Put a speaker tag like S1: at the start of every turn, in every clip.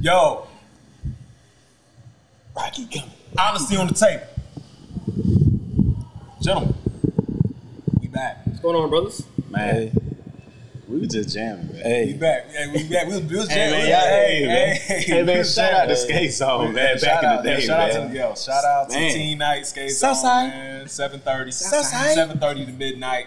S1: Yo,
S2: Rocky coming.
S1: honesty on the tape. Gentlemen, we back.
S3: What's going on, brothers?
S2: Man, we were just jamming, man.
S1: We
S2: Hey.
S1: back. Yeah, we back. We was doing
S2: Hey, man, y'all- hey, man. Hey, man, shout out to Skate Zone, man, back in the day,
S1: Shout out
S2: man.
S1: to yo, shout out to
S2: Man.
S1: Teen Night Skate
S2: Southside.
S1: Zone, man. Seven thirty.
S2: Southside.
S1: Seven thirty to midnight.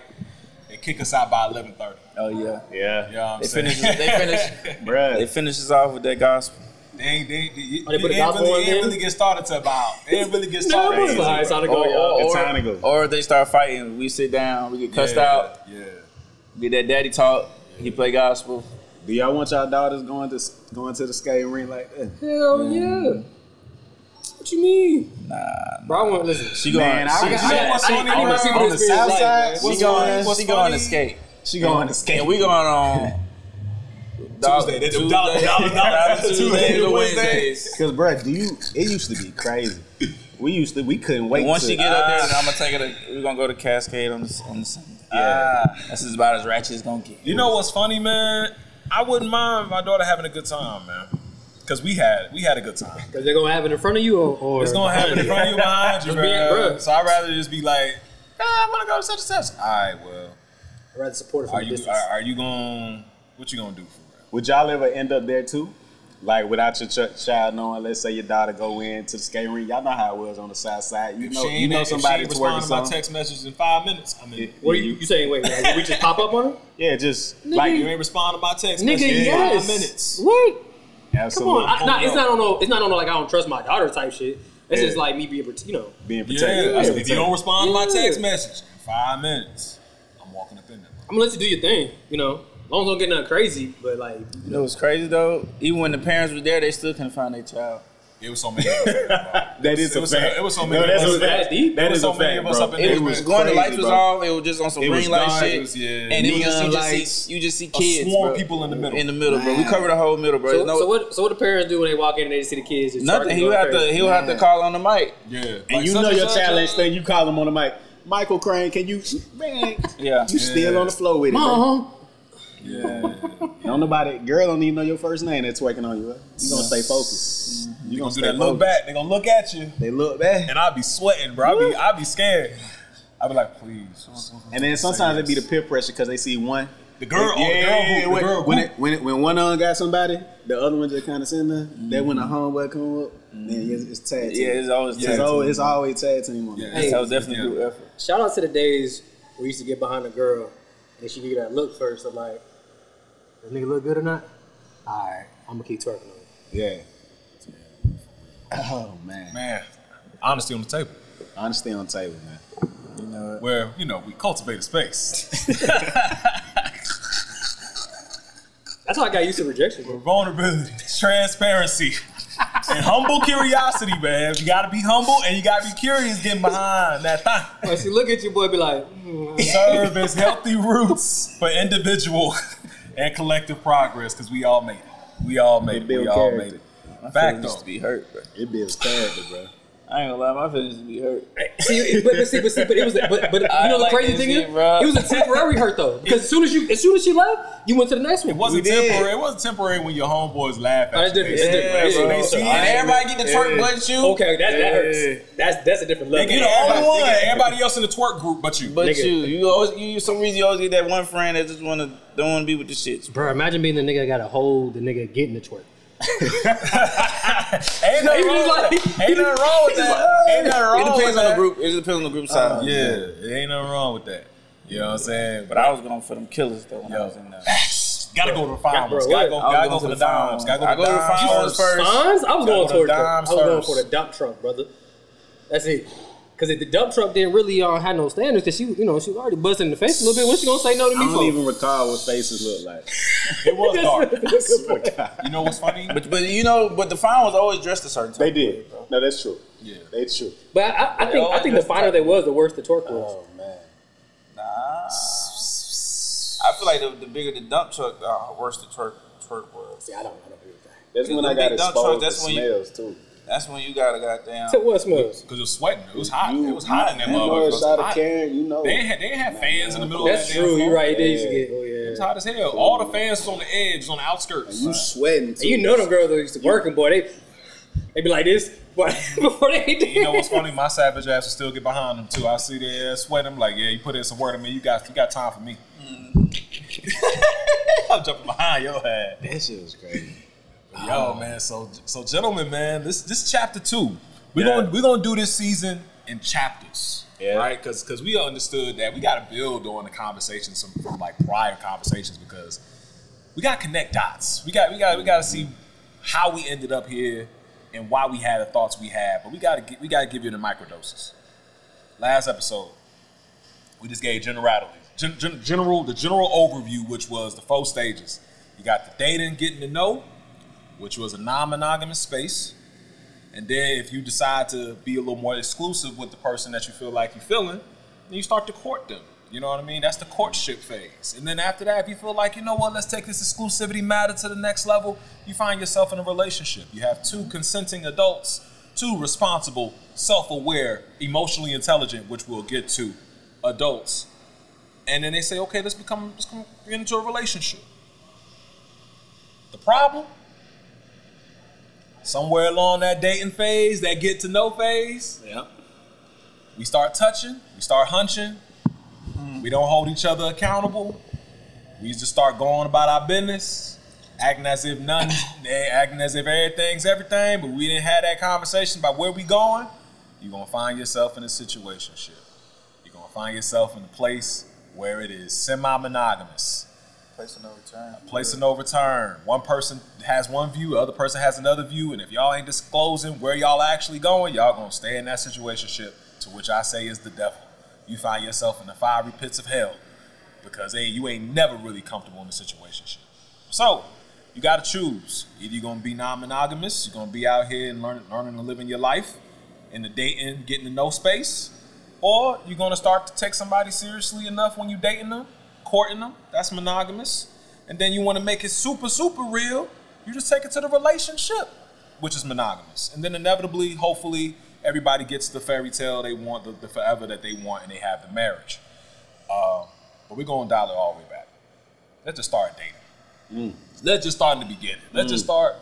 S1: They kick us out by eleven thirty.
S2: Oh yeah. Yeah.
S1: You know what I'm
S4: They
S1: saying?
S4: finish. They finish.
S2: Bruh.
S4: They finish us off with that gospel.
S1: They ain't they, they,
S3: Oh, they put
S1: they
S3: a
S1: ain't
S3: gospel
S1: really, they
S3: in
S1: ain't
S3: there?
S1: really get started to about. They didn't really get
S3: No,
S1: started.
S3: it was high. It's time to go.
S4: Or, oh, or,
S2: It's
S4: or-
S2: time to go.
S4: or they start fighting. We sit down. We get cussed
S1: yeah,
S4: out.
S1: Yeah.
S4: Get that daddy talk. He play gospel.
S2: Do y'all want y'all daughters going to going to the skating rink like that?
S3: Hell yeah. What you mean?
S4: Nah.
S3: Bro, I want to listen.
S4: She going.
S2: Man, I,
S4: she,
S2: I,
S4: she-
S1: got-
S2: I,
S1: what's
S3: I,
S1: on
S3: I, I want
S1: anywhere
S3: to see
S2: on
S3: what
S2: the
S3: this feels
S2: south
S3: like,
S2: side,
S3: man.
S2: she
S4: she going.
S1: what's
S4: she going
S1: funny?
S4: to skate.
S2: she going to skate.
S4: And we going on. Dog-
S1: Tuesday, they do dollar- dollar- dollar-
S4: dollar
S1: Tuesdays
S4: Tuesdays
S1: to
S4: or
S1: Wednesdays.
S4: Wednesdays.
S2: Cause bruh, do you? It used to be crazy. We used to. We couldn't wait.
S4: Once
S2: to,
S4: she get up there, then I'm gonna take her. To, we're gonna go to Cascade on the on the Sunday.
S2: Yeah.
S4: This is about as ratchet as gonna get.
S1: You know what's funny, man? I wouldn't mind my daughter having a good time, man. Cause we had we had a good time.
S3: Because they're going to have it in front of you or, or
S1: It's gonna happen in front of you, behind you,
S3: Just being
S1: bro.
S3: broke.
S1: So I'd rather just be like, eh, I want to go to such and such. All right, well,
S3: I'd rather support it from
S1: are
S3: a
S1: you
S3: distance.
S1: are, are you going? What you gonna do for
S2: Would y'all ever end up there too? Like without your ch- child knowing, let's say your daughter go in to the skating rink. Y'all know how it was on the south side. You
S1: real?
S2: know,
S1: If she
S2: you know
S1: ain't- if she
S2: somebody
S1: ain't
S2: twerking
S1: responding to my
S2: something.
S1: text messages in five minutes. I mean,
S2: Yeah,
S3: What are
S2: yeah,
S3: you, you saying? Wait, like, we just pop up on her?
S2: yeah, just
S3: Nigga,
S2: like
S1: you ain't responding to my text
S3: Nigga,
S1: messages in
S3: yes.
S1: five minutes.
S3: What? Come
S2: absolutely
S3: on. I, nah,
S1: no.
S3: it's not on no, it's not on no, like I don't trust my daughter type shit. It's just like me being, prot- you know.
S2: being protected.
S1: Yeah,
S2: That's
S1: if you don't respond to my
S3: Yeah.
S1: text message in five minutes, I'm walking up in there.
S3: I'm gonna let you do your thing, you know. As long as don't get nothing crazy, but like
S4: You know what's crazy though? Even when the parents were there, they still couldn't find their child.
S1: It was so many. of us, bro.
S2: That is
S1: it
S2: a
S1: was
S2: fact.
S1: So, it was so
S2: No,
S1: many.
S2: that's
S1: of
S2: a
S1: us.
S3: fact.
S2: That,
S1: There
S2: that
S1: was
S2: is
S1: so
S2: a
S1: many
S2: fact,
S1: of us up
S2: bro.
S1: in
S4: It,
S1: there,
S4: was,
S1: man.
S4: going.
S2: crazy,
S4: the lights was
S2: bro.
S4: off. It was just on some
S2: It was
S4: green light
S2: dark,
S4: shit.
S2: it
S1: was- yeah.
S4: And it was just,
S2: Neon
S4: you just
S2: lights.
S4: see you just see
S1: A
S4: kids,
S1: swarm
S4: bro.
S1: people in the middle.
S4: in the middle, bro. We covered the whole middle, bro.
S3: so,
S4: no,
S3: so what so what the parents do when they walk in and they see the kids just
S4: nothing.
S3: starting
S4: He'll
S3: go
S4: have to
S3: crazy?
S4: he'll have to
S2: Man.
S4: call on the mic.
S1: Yeah,
S2: And
S1: Like,
S2: you
S1: such
S2: know your
S1: such,
S2: challenge
S1: uh,
S2: thing. You call them on the mic. Michael Crane, can you? Man,
S4: Yeah.
S2: you still on the floor with it, bro.
S3: Mom,
S1: Yeah.
S2: Don't nobody, girl don't even know your first name that's working on you. Huh? You gonna stay focused. You
S1: Mm-hmm. gonna
S2: gonna
S1: do
S2: stay
S1: that look
S2: focused.
S1: back. They gonna look at you,
S2: They look back,
S1: and I be sweating, bro. I be I be scared. I be like, please.
S2: and then sometimes it be the peer pressure because they see one.
S1: the girl. oh, the girl, who- the
S2: when,
S1: girl
S2: when
S1: who-
S2: it, when it, when one of them got somebody, the other one just kind of sitting there. Then when the homeboy come up, then it's, it's tag team.
S4: Yeah, it's always
S1: Yeah.
S2: Mm-hmm. it's,
S4: yeah.
S2: always, it's always tag team. On.
S1: Yeah.
S3: Hey.
S4: that was definitely
S1: Yeah.
S4: a group effort.
S3: shout out to the days we used to get behind a girl and she give you that look first of like, does nigga look good or not? Alright, I'm gonna keep twerking on it.
S2: yeah. Oh man.
S1: man, honesty on the table.
S2: honesty on table, man.
S4: You know what?
S1: Where you know we cultivate a space.
S3: That's how I got used to rejection, bro.
S1: Vulnerability, transparency, and humble curiosity, man. You gotta be humble and you gotta be curious getting behind that thing.
S3: Like, she look at you, boy, be like, mm,
S1: Serve as healthy roots for individual and collective progress, because we all made it. We all made it.
S2: build
S1: We all made
S2: character.
S1: it.
S4: My
S1: Fact
S4: feelings
S1: though.
S4: used to be hurt, bro.
S2: It builds character, bro.
S4: I ain't gonna lie, my feelings used to be hurt.
S3: see, but, but see, but see, but it was, but, but you
S4: I
S3: know the
S4: like
S3: crazy
S4: this
S3: thing is,
S4: shit, bro.
S3: it was a temporary hurt though. Because as soon as you, as soon as she left, you went to the next one.
S1: It wasn't
S2: We did.
S1: temporary. It wasn't temporary when your homeboys laugh
S3: Oh,
S1: at
S3: that's
S1: you.
S3: different.
S1: They-
S3: That's different.
S1: so
S3: Yeah,
S1: they
S3: bro.
S1: see
S4: And
S1: it.
S4: everybody get the twerk
S2: Yeah.
S4: but you.
S3: Okay, that, that
S2: Yeah.
S3: hurts. That's that's a different
S1: They
S3: level.
S1: get the only
S4: everybody-
S1: one.
S4: they get-
S1: Everybody else in the twerk group but you.
S4: But
S3: Nigga.
S4: you, you always, you you- some reason you always get that one friend that just wanna don't wanna be with the shits.
S3: Bro, imagine being the nigga that got to hold the nigga getting the twerk.
S1: ain't nothing
S3: He was
S1: wrong
S3: like-
S1: with that. Ain't nothing wrong with that. Ain't nothing wrong
S4: It
S1: with
S4: depends on the
S1: that.
S4: group. It depends on the group size.
S1: Yeah, it ain't nothing wrong with that. You know what I'm saying? But
S4: But I was going for them killers though when
S1: Yo.
S4: I was in there.
S1: gotta go to the fine
S3: Yeah, bro,
S1: ones. Gotta go,
S3: what?
S1: gotta
S4: I
S1: go
S4: was going
S1: for
S4: to
S1: the
S4: the fine
S1: dimes. Gotta go to the
S4: ones. I go to the fine
S1: dimes
S4: ones first.
S3: Sons? I was
S1: Gotta
S3: going
S1: go to
S3: towards the, I
S1: dimes
S3: was going
S1: first.
S3: for the dump truck, brother. That's it. Cause if the dump truck didn't really uh, had no standards, cause she, you know, she was already busting in the face a little bit. What's she gonna say no to
S2: I
S3: me for?
S2: don't even recall what faces look like.
S1: It was dark.
S3: That's-
S1: You know what's funny?
S4: But but you know, but the fine was always dressed a certain
S2: They
S4: time.
S2: did. No, that's true.
S1: Yeah.
S2: That's true.
S3: but I, I, I think I think the finer they was, the worse the twerk was.
S2: Oh man.
S4: Nah. I feel like the, the bigger the dump truck, uh, worse the twerk twerk was.
S3: See, I don't, I don't agree with that.
S2: That's when
S4: The
S2: I got
S4: big dump
S2: exposed
S4: truck,
S2: to
S4: that's when you-
S2: smells too.
S4: That's when you gotta goddamn.
S3: So what smells?
S1: Because it was sweating. It was hot.
S2: You-
S1: It was hot in that
S2: you know,
S1: motherfucker. It was
S2: shot of
S1: hot.
S2: Karen, you know.
S1: They didn't have, they didn't have fans in the middle
S3: That's
S1: of that damn
S3: true.
S1: floor.
S3: You're right. They
S2: Yeah.
S3: used to get. Oh yeah.
S1: It's hot as hell. All the fans is on the edge, on the outskirts.
S2: You sweating.
S3: And you know them girls that used to work and boy, they they be like this, boy, before they did.
S1: You know what's funny? My savage ass will still get behind them too. I see their ass sweat. I'm like, yeah, you put in some work in me. You got you got time for me. I'm jumping behind your head.
S2: Mm-hmm. That shit was crazy. Oh.
S1: Yo, man. So so gentlemen, man, this this chapter two. We're
S2: Yeah.
S1: gonna we're gonna do this season in chapters.
S2: Yeah.
S1: Right? Cause cause we understood that we gotta build on the conversations from, from like prior conversations because we gotta connect dots. We got we got we gotta see how we ended up here and why we had the thoughts we had. But we gotta gi- we gotta give you the microdoses. Last episode, we just gave generality, gen, gen, general the general overview, which was the four stages. You got the dating, getting to know, which was a non-monogamous space. And then if you decide to be a little more exclusive with the person that you feel like you're feeling, then you start to court them. You know what I mean? That's the courtship phase. And then after that, if you feel like, you know what, let's take this exclusivity matter to the next level, you find yourself in a relationship. You have two consenting adults, two responsible, self aware, emotionally intelligent, which we'll get to, adults. And then they say, okay, let's become, let's come into a relationship. The problem? Somewhere along that dating phase, that get to know phase,
S2: Yeah.
S1: we start touching, we start hunching, we don't hold each other accountable. We just start going about our business, acting as if none, eh, acting as if everything's everything, but we didn't have that conversation about where we going. You're gonna find yourself in a situation You're gonna find yourself in a place where it is semi-monogamous
S4: Place of no return.
S1: place of no return. One person has one view, the other person has another view, and if y'all ain't disclosing where y'all actually going, y'all gonna stay in that situationship, to which I say is the devil. You find yourself in the fiery pits of hell because hey, you ain't never really comfortable in a situationship. So you gotta choose. Either you're gonna be non-monogamous, you're gonna be out here and learn, learning to live in your life, in the dating, getting to know space, or you're gonna start to take somebody seriously enough when you dating them, courting them. That's monogamous. And then you want to make it super, super real. You just take it to the relationship, which is monogamous. And then inevitably, hopefully, everybody gets the fairy tale they want, the, the forever that they want, and they have the marriage. Um, but we're gonna dial it all the way back. Let's just start dating. Let's just start in the beginning. Let's just start.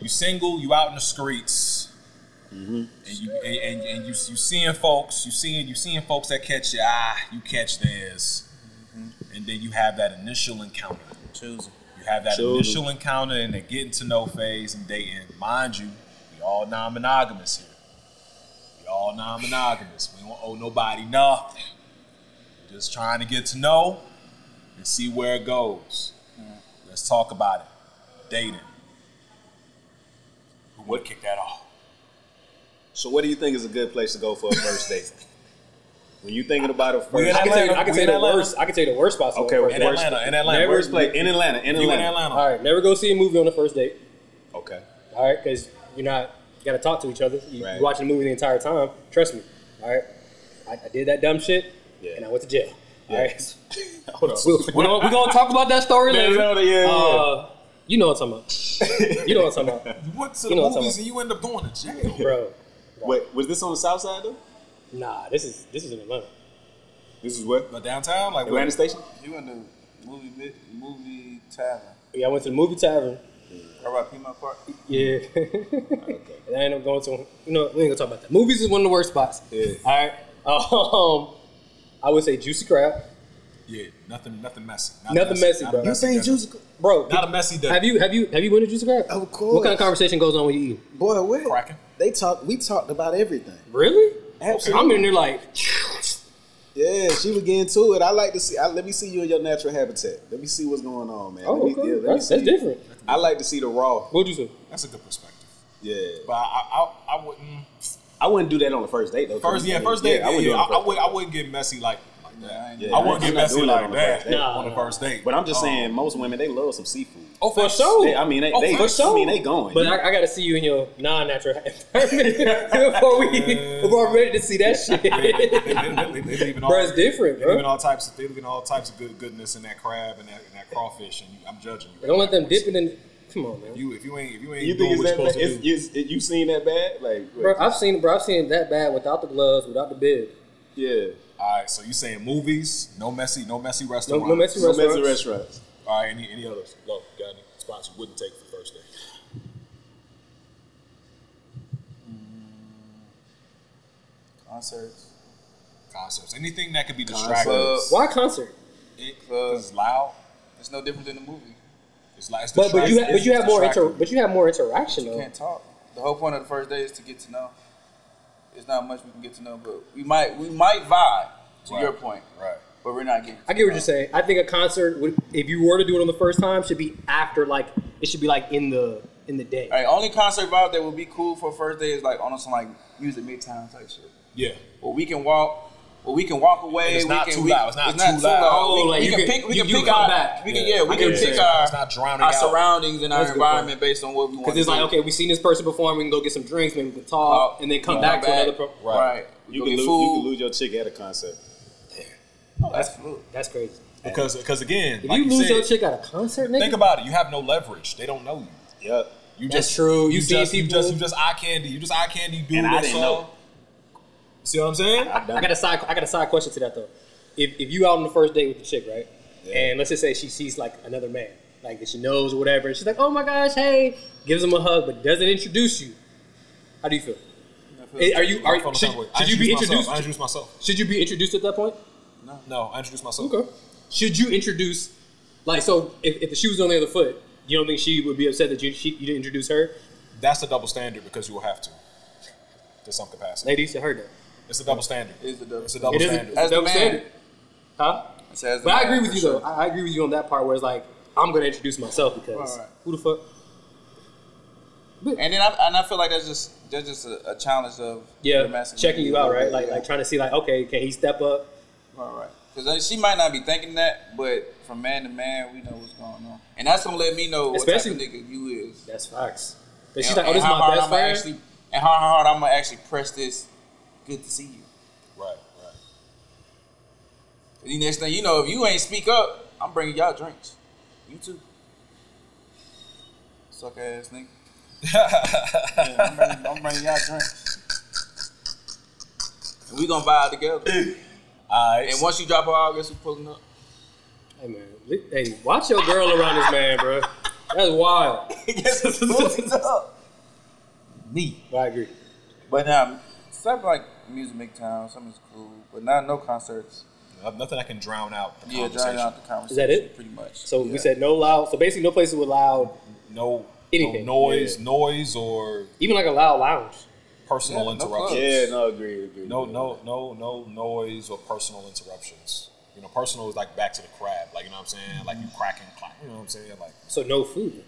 S1: You single, you out in the streets, and you and, and, and you you seeing folks, you seeing you seeing folks that catch your eye, you catch theirs, and then you have that initial encounter.
S4: Choosing.
S1: You have that
S2: Sure.
S1: initial encounter and the getting to know phase and dating. Mind you, we all non-monogamous here. We all non-monogamous. We don't owe nobody nothing. Just trying to get to know and see where it goes. Let's talk about it. Dating. Who would kick that off?
S2: So what do you think is a good place to go for a first date? when you thinking about a first
S1: in
S2: date.
S3: I can tell you, I
S1: Atlanta. We
S3: can tell you
S1: in
S3: the
S1: Atlanta.
S3: worst. I can tell you the worst spots. on
S2: Okay,
S3: the
S2: well,
S3: first
S1: In
S3: date.
S2: Where's-
S1: Atlanta. In Atlanta.
S2: Never
S1: Where's
S2: is play in Atlanta. In
S1: You in
S2: Atlanta.
S1: Atlanta?
S3: All right, never go see a movie on the first date.
S2: Okay.
S3: All right, because you're not. You gotta talk to each other. You,
S2: Right.
S3: are watching the movie the entire time. Trust me. All right, I, I did that dumb shit,
S2: Yeah.
S3: and I went to jail.
S2: Yeah.
S3: All right,
S2: Hold up.
S3: we're gonna, we gonna talk about that story
S2: Yeah,
S3: later.
S2: yeah, yeah, yeah.
S3: Uh, you know what I'm talking about. You know what I'm talking about,
S1: You went to
S3: You
S1: the
S3: know what I'm
S1: movies
S3: talking
S1: and you end up going to jail.
S3: bro.
S2: Wait, was this on the south side though?
S3: Nah, this is this is in Atlanta.
S2: This is what?
S1: But downtown, like
S2: Atlanta Station?
S4: You went to movie mi- movie tavern.
S3: Yeah, I went to the movie tavern.
S4: All right, Piedmont Park.
S3: Yeah. and I ended up going to, you know, we ain't gonna talk about that. Movies is one of the worst spots.
S2: Yeah.
S3: All right. Um, I would say Juicy Crab.
S1: yeah, nothing, nothing messy.
S3: Nothing messy, bro.
S1: Not a messy dinner.
S3: Bro,
S1: Not a messy day.
S3: have you have you have you been to Juicy Crab?
S5: Of
S3: What kind
S5: course.
S3: of conversation goes on when you eat?
S5: Boy, what?
S1: Cracking.
S5: They talk. We talked about everything.
S3: Really? I'm
S5: Absolutely.
S3: in there like,
S5: Yeah, she was getting to it. I like to see. I, let me see you in your natural habitat. Let me see what's going on, man.
S3: oh,
S5: let me,
S3: okay.
S5: yeah, let me
S3: that's,
S5: see
S3: that's
S5: you.
S3: different.
S5: I like to see the raw.
S3: What'd you say?
S1: That's a good perspective.
S5: Yeah,
S1: But I, I, I, I wouldn't.
S2: I wouldn't do that on the first date though.
S1: First, yeah, first date. Yeah, I, wouldn't I, would. I wouldn't get messy like, like that.
S2: Yeah,
S1: I
S2: I'm
S1: wouldn't get
S2: not
S1: messy
S2: doing that
S1: like
S2: on the
S1: that
S2: first date.
S1: on the first date.
S2: But I'm just
S1: Um,
S2: saying, most women they love some seafood.
S1: Oh,
S3: For sure.
S2: They, I mean, they,
S1: Oh,
S2: they
S1: for
S2: I
S1: sure.
S2: mean, they going.
S3: But I, I gotta see you in your non-natural environment before we before I'm ready to see that
S1: They,
S3: shit.
S1: they, they, they leaving all,
S3: bro, it's different,
S1: They leaving
S3: bro.
S1: all types. Of, they leaving all types of good goodness in that crab and that, and that crawfish. And you, I'm judging you.
S3: Don't let them dip it in. Come on, man.
S1: You, if you ain't, if you ain't
S2: you
S1: doing
S2: think
S1: what
S2: it's
S1: you're
S2: that
S1: supposed
S2: bad?
S1: to do,
S2: It's, it's, it, you seen that bad? Like, what?
S3: Bro, I've seen bro, I've seen it that bad without the gloves, without the bib.
S2: yeah,
S1: all right. So you saying movies? No messy, no messy
S3: No,
S1: restaurants.
S3: no messy
S2: some
S3: restaurants.
S2: messy restaurants.
S1: All right, any any others? Go. Got any spots you wouldn't take for the first day?
S4: Concerts.
S1: Concerts. Anything that could be distracting.
S4: Club.
S3: Why concert?
S4: Clubs.
S1: It's loud.
S4: It's no different than the movie.
S1: It's loud. It's
S3: But but you
S1: distracting.
S3: ha- but you
S1: It's
S3: have more inter-
S1: distracting.
S3: but you have more interaction
S4: You
S3: though.
S4: can't talk. The whole point of the first day is to get to know. It's not much we can get to know, but we might we might vibe to
S1: Right.
S4: your point,
S1: Right.
S4: but we're not getting.
S3: I get what you're saying. I think a concert, would, if you were to do it on the first time, should be after like it should be like in the in the day.
S4: All right, only concert vibe that would be cool for first day is like on some like music midtown type shit.
S1: Yeah.
S4: Where we can walk, where we can walk away.
S1: And it's
S4: we
S1: not
S4: can,
S1: too
S4: we,
S1: loud. It's not too loud.
S4: We,
S3: Oh, like
S4: we
S3: you
S4: can,
S3: can-
S4: pick. We
S3: you-
S4: can
S3: you
S4: pick
S3: come
S4: our.
S3: back.
S4: We can,
S1: Yeah.
S4: yeah, we
S1: I
S4: can
S1: get what
S4: pick
S1: you're saying.
S4: our,
S1: It's not drowning
S4: our
S1: out.
S4: surroundings
S3: That's
S4: and our
S3: a good point.
S4: environment based on what we want.
S3: Because it's
S4: to
S3: like
S4: do. Uh,
S3: okay, we seen this person perform. We can go get some drinks, maybe we can talk,
S1: Oh,
S4: Out,
S3: and then come
S4: go
S3: back, to another. Pro-
S4: Right. We
S5: You
S4: go
S5: can,
S4: get
S5: lose,
S4: food.
S5: you can lose your chick at a concert.
S4: Oh, absolutely.
S3: That's crazy.
S1: Because because again,
S3: If
S1: like
S3: you
S1: you
S3: lose
S1: said,
S3: your chick at a concert, nigga,
S1: think about it. You have no leverage. They don't know you.
S5: Yep.
S1: You
S3: That's
S1: just
S3: true. You
S1: You,
S3: see
S1: just, you
S3: people-
S1: just you just eye candy. You just eye candy. Dude,
S5: And I
S1: that's
S5: didn't
S1: all.
S5: know.
S1: See what I'm saying?
S5: I
S3: I
S5: done
S3: got a side. I got a side question to that though. If if you out on the first date with the chick, right? And let's just say she sees like another man, like that she knows or whatever, and she's like, "Oh my gosh, hey!" Gives him a hug, but doesn't introduce you. How do you feel? Eh, Are you
S1: I
S3: are
S1: found
S3: should,
S1: myself- I
S3: should you
S1: introduced
S3: be
S1: myself.
S3: introduced?
S1: I introduced myself.
S3: Should you be introduced at that point?
S1: No, I introduced myself.
S3: Okay. Should you introduce, like, so if, if the shoe was on the other foot, you don't think she would be upset that you she, you didn't introduce her?
S1: That's a double standard because you will have to, to some capacity.
S3: Ladies, I heard that.
S1: It's a double standard.
S4: It is a double
S1: It's a double
S3: It is
S1: standard.
S3: a, it's a
S4: As the
S3: double
S4: man.
S3: standard, huh?
S4: It says
S3: But I
S4: that
S3: agree
S4: for
S3: with you
S4: sure.
S3: though. I, I agree with you on that part where it's like I'm gonna introduce myself because
S4: Right, right.
S3: who the fuck?
S4: And then I, and I feel like that's just that's just a, a challenge of the
S3: Yeah,
S4: masculine.
S3: checking you out, right? Like
S4: Yeah.
S3: like trying to see like okay, can he step up?
S4: All right. Because she might not be thinking that, but from man to man, we know what's going on, and that's gonna let me know what
S3: Especially-
S4: type of nigga you is.
S3: That's facts. But she's like,
S4: And-
S3: oh,
S4: and
S3: this is my
S4: how hard
S3: best
S4: I'ma
S3: friend.
S4: Actually, and how hard I'm gonna actually press this? Good to see you.
S1: Right, right.
S4: And the next thing you know, if you ain't speak up, I'm bringing y'all drinks. You too. Suck ass nigga. Yeah, I'm, bringing, I'm bringing y'all drinks. And we gonna vibe together.
S1: All right.
S4: And once you drop her out, guess who's pulling up?
S3: hey man, li- hey, watch your girl around this man, bro. That's wild.
S4: guess who's pulling up? Me.
S3: But I agree.
S4: But um, stuff like Music Midtown, something's cool, but not no concerts.
S1: Nothing I can drown out. The
S4: Yeah,
S1: conversation.
S4: drowning out the conversation.
S3: Is that it?
S4: Pretty much.
S3: So
S4: Yeah.
S3: we said no loud. So basically, no places with loud,
S1: No,
S3: Anything.
S1: no noise, noise or
S3: even like a loud lounge.
S1: personal
S4: Yeah, no
S1: interruptions.
S4: clubs.
S5: Yeah, no, agree, agree.
S1: No, no, no, no noise or personal interruptions. You know, personal is like back to the crab. Like you know what I'm saying? Like you cracking, clack. You know what I'm saying? Like
S3: So no food.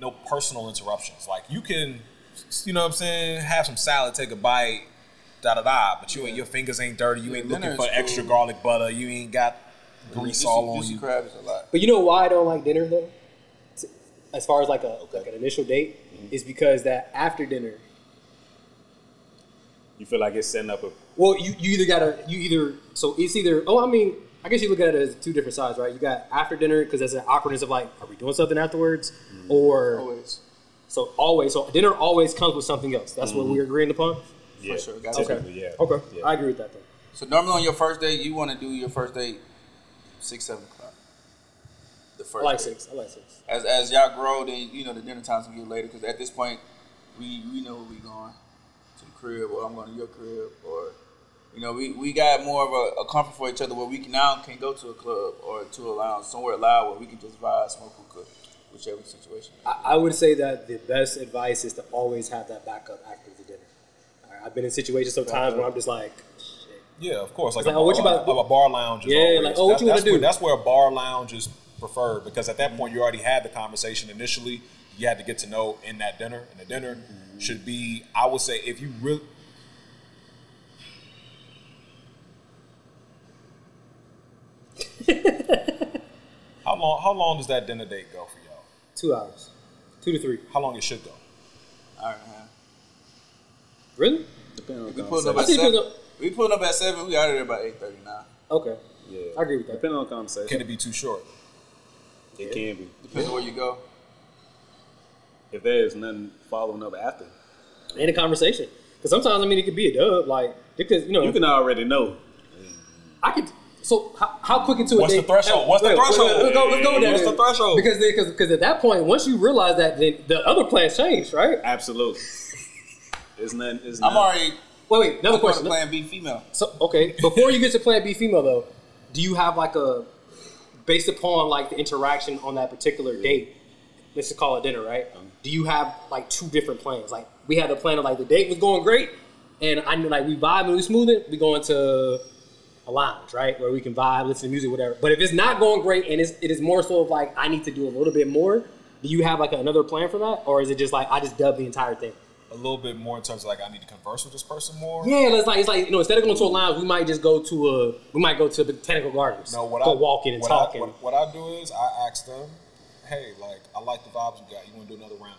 S1: no personal interruptions. Like you can, you know what I'm saying? Have some salad, take a bite, da da da. But you ain't your fingers ain't dirty. You ain't
S4: dinner
S1: looking for
S4: is
S1: extra
S4: cool.
S1: garlic butter. You ain't got grease
S4: Juicy-
S1: all on
S4: Juicy
S1: you.
S4: crab is a lot.
S3: But you know why I don't like dinner though. T- As far as like a like an initial date,
S4: Mm-hmm.
S3: is because that after dinner.
S5: You feel like it's setting up a
S3: Well, you, you either gotta you either so it's either oh I mean I guess you look at it as two different sides right you got after dinner because that's an awkwardness of like are we doing something afterwards
S5: Mm-hmm.
S3: or
S4: Always.
S3: so always so dinner always comes with something else that's what we're agreeing upon
S5: yeah,
S4: sure, got it.
S5: Mm-hmm. typically, yeah.
S3: okay
S5: Yeah.
S3: I agree with that though
S4: So normally on your first date, you want to do your first date six, seven o'clock. The
S3: I
S4: first
S3: like
S4: date.
S3: six I like six
S4: As as y'all grow, then you know the dinner times will get later because at this point, we we know where we going to the crib, or I'm going to your crib, or you know we, we got more of a, a comfort for each other where we can now can go to a club or to a lounge somewhere loud where we can just vibe, smoke hookah, whichever situation.
S3: I, I would say that the best advice is to always have that backup after the dinner. All right, I've been in situations sometimes where I'm just like, shit.
S1: Yeah, of course. Like,
S3: It's like,
S1: a,
S3: oh, what you
S1: bar-
S3: about to do?
S1: a bar lounge. Is
S3: Yeah,
S1: always-
S3: like, oh, what you wanna
S1: that's where-
S3: do?
S1: That's where a bar lounge is preferred because at that point you already had the conversation initially. You had to get to know in that dinner, and the dinner should be. I would say if you really. how long? How long does that dinner date go for y'all?
S3: two hours, two to three.
S1: How long it should go?
S4: All right, man.
S3: Really?
S5: Depending on
S4: We pulling up
S5: conversation.
S4: at
S3: see you
S4: seven.
S3: pulling up-
S4: We pulling up at seven. We out of there by eight thirty nine.
S3: Okay,
S5: Yeah.
S3: I agree with that.
S5: Depending on conversation.
S1: Can it be too short?
S5: It can be.
S4: Depending on where you go.
S5: If there is nothing following up after,
S3: and a conversation. Because sometimes I mean it could be a dub, like because you know
S5: you can already know.
S3: I could So how, how quick into it?
S1: What's
S3: they-
S1: the threshold? What's the
S3: wait, wait, wait,
S1: threshold?
S3: Let's go, let's go with that.
S1: What's
S3: then.
S1: the threshold?
S3: Because then, because because at that point, once you realize that, then the other plans change, right?
S2: Absolutely. It's nothing. It's
S4: I'm
S2: nothing.
S4: already
S3: Wait, wait. Another
S4: going to
S3: question.
S4: plan B female.
S3: So okay, before you get to Plan B female though, do you have like a based upon like the interaction on that particular date? Let's just call it dinner, right? Do you have like two different plans? Like we had a plan of like the date was going great, and I knew like we vibe and we smooth it. We going to a lounge, right, where we can vibe, listen to music, whatever. But if it's not going great, and it's, it is more so of like I need to do a little bit more. Do you have like another plan for that, or is it just like I just dub the entire thing?
S1: a little bit more in terms of like I need to converse with this person more.
S3: Yeah, it's like it's like you know, instead of going to a lounge, we might just go to a we might go to botanical gardens.
S1: No, what
S3: go
S1: I
S3: walking and
S1: what I-
S3: talking.
S1: what, what I do is I ask them, "Hey, like I like the vibes you got. You want to do another round?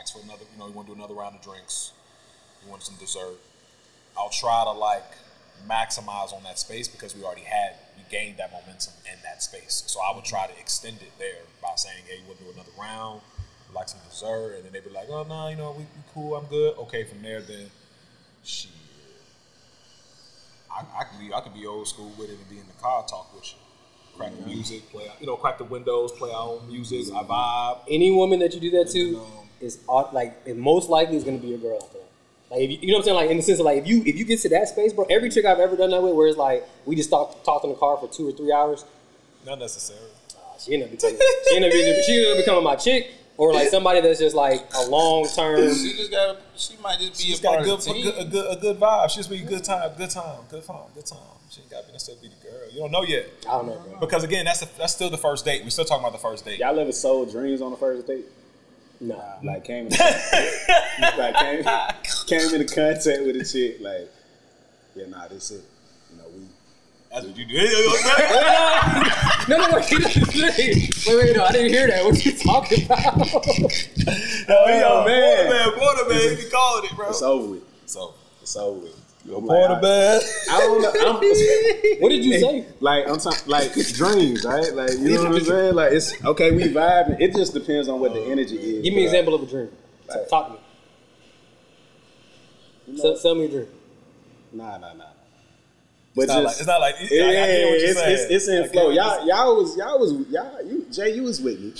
S1: Ask for another. You know, you want to do another round of drinks? You want some dessert? I'll try to like maximize on that space because we already had we gained that momentum in that space. So I would try to extend it there by saying, "Hey, you want to do another round? I'd Like some dessert?" And then they'd be like, "Oh no, you know, we, we cool. I'm good. Okay, from there then." Shit. I, I could be I could be old school with it and be in the car talk with you, crack
S2: Mm-hmm.
S1: the music, play you know crack the windows, play our own music, I vibe. um,
S3: Any woman that you do that
S1: You
S3: to
S1: know.
S3: is odd- like it most likely is going to be your girl after that. Like if you, you know what I'm saying? Like in the sense of like if you if you get to that space, bro. Every chick I've ever done that with, where it's like we just talk, talked in the car for two or three hours.
S1: Not necessarily.
S3: Nah, she ended up becoming she ended up, being- she ended up becoming my chick or like somebody that's just like a long term.
S4: She just got. She might just be
S1: She's
S4: a
S1: got
S4: part
S1: a good,
S4: of the
S1: a
S4: team.
S1: good a good a good vibe. She's be a good time, good time, good time, good time. She ain't got to necessarily be the girl. You don't know yet
S3: I don't know, bro.
S1: because again that's the, that's still the first date. We still talking about the first date.
S2: Y'all ever sold dreams on the first date?
S3: Nah.
S2: Like came, in, like came, came into contact with a chick. Like, yeah, nah, this it. You know, we
S1: That's what you do.
S3: No, no, wait, wait, wait, no, I didn't hear that. What you talking about?
S1: oh, yo,
S2: man.
S1: man, border man, you calling it, bro.
S2: it's over with.
S1: So
S2: It's over with. I'm like,
S1: border man.
S2: I, I don't know. I'm,
S3: What did you say?
S2: like I'm talking like dreams, right? Like you know what I'm saying? Like it's okay. We vibing. It just depends on what the energy is.
S3: Give
S2: bro.
S3: me an example of a dream.
S2: Like-
S3: Talk to me. Sell, sell me a dream.
S2: Nah, nah, nah. nah.
S1: It's
S2: But
S1: not like
S2: just
S1: it's not like
S2: Yeah,
S1: I, I hear what you're
S2: it's,
S1: saying.
S2: it's, it's in
S1: I get
S2: flow.
S1: what you're
S2: Y'all, y'all was, y'all was, y'all, you, Jay, you was with me.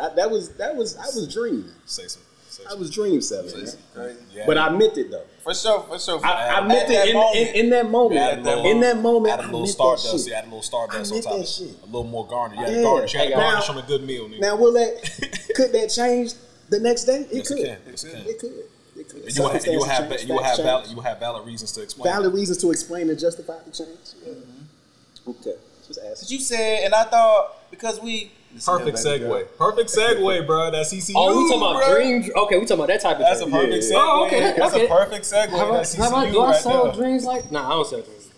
S2: I, that was, that was, I was dreaming.
S1: saying. Say some. Say
S2: I
S1: some.
S2: was dream selling. man.
S1: Yeah.
S2: But I meant it though.
S4: For sure. For sure. For
S2: I, I
S1: At
S2: meant
S4: that
S2: it in,
S4: moment.
S2: in, in that moment.
S1: Yeah, at that
S2: in
S1: moment.
S2: that moment,
S1: Add a
S2: I
S1: little
S2: meant that
S1: stardust.
S2: shit.
S1: Yeah, add a little stardust
S2: I
S1: on
S2: meant
S1: top.
S2: that
S1: of it.
S2: shit.
S1: A little more garnish. Yeah,
S2: Yeah.
S1: garnish. You had to
S2: Now-
S1: garnish on a good meal, nigga.
S2: Now, will that could that change the next day? It
S1: Yes, it
S2: could.
S1: can. Yes, it can.
S2: It could. It could.
S1: And you will have you will have
S2: Circumstances
S1: you will have
S2: change,
S1: valid
S2: facts
S1: you will have valid reasons to explain.
S2: change. valid reasons to explain and justify the change. Yeah.
S1: Mm-hmm.
S2: Okay, just
S4: But
S2: ask.
S4: you said, and I thought because we
S1: Perfect
S4: Yeah,
S1: segue.
S4: baby girl.
S1: Perfect segue, bro. That's CCU.
S3: Oh, we talking about
S1: bro.
S3: dreams. Okay, we talking about that type of
S1: That's a
S3: dream.
S1: perfect
S2: Yeah.
S1: segue.
S3: Oh, okay.
S1: That's
S3: Okay.
S1: a perfect segue.
S3: Have I-
S1: That's
S3: have I-
S1: CCU
S3: do I
S1: right
S3: sell
S1: there.
S3: dreams like? Nah, I don't sell dreams.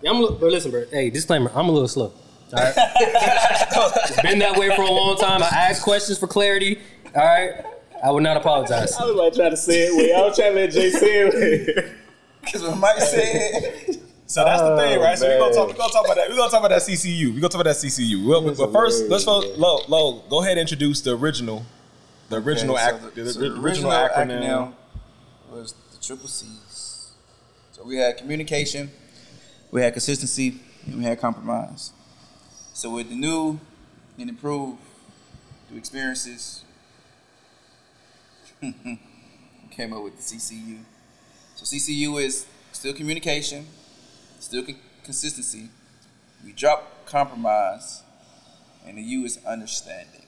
S3: Yeah, I'm. a li- But listen, bro. Hey, disclaimer. I'm a little slow. All right. it's been that way for a long time. I ask questions for clarity. All right. I would not apologize.
S2: I was like trying to say it. Way. I was trying to let Jay say it.
S4: because what Mike said.
S1: So that's the thing,
S2: Oh,
S1: right? So we're gonna
S2: man.
S1: talk. We're gonna talk about that. We're gonna talk about that CCU. We're gonna talk about that CCU. Well, but
S2: That's
S1: but first, let's
S2: hilarious,
S1: go.
S2: man.
S1: Low, low. Go ahead and introduce the original, the original,
S4: Okay,
S1: ac-
S4: so
S1: the,
S4: so
S1: original, acronym.
S4: was the triple C's. So we had communication, we had consistency, and we had compromise. So with the new and improved, through experiences, came up with the CCU. So CCU is still communication, still con- consistency. We drop compromise, and the U is understanding.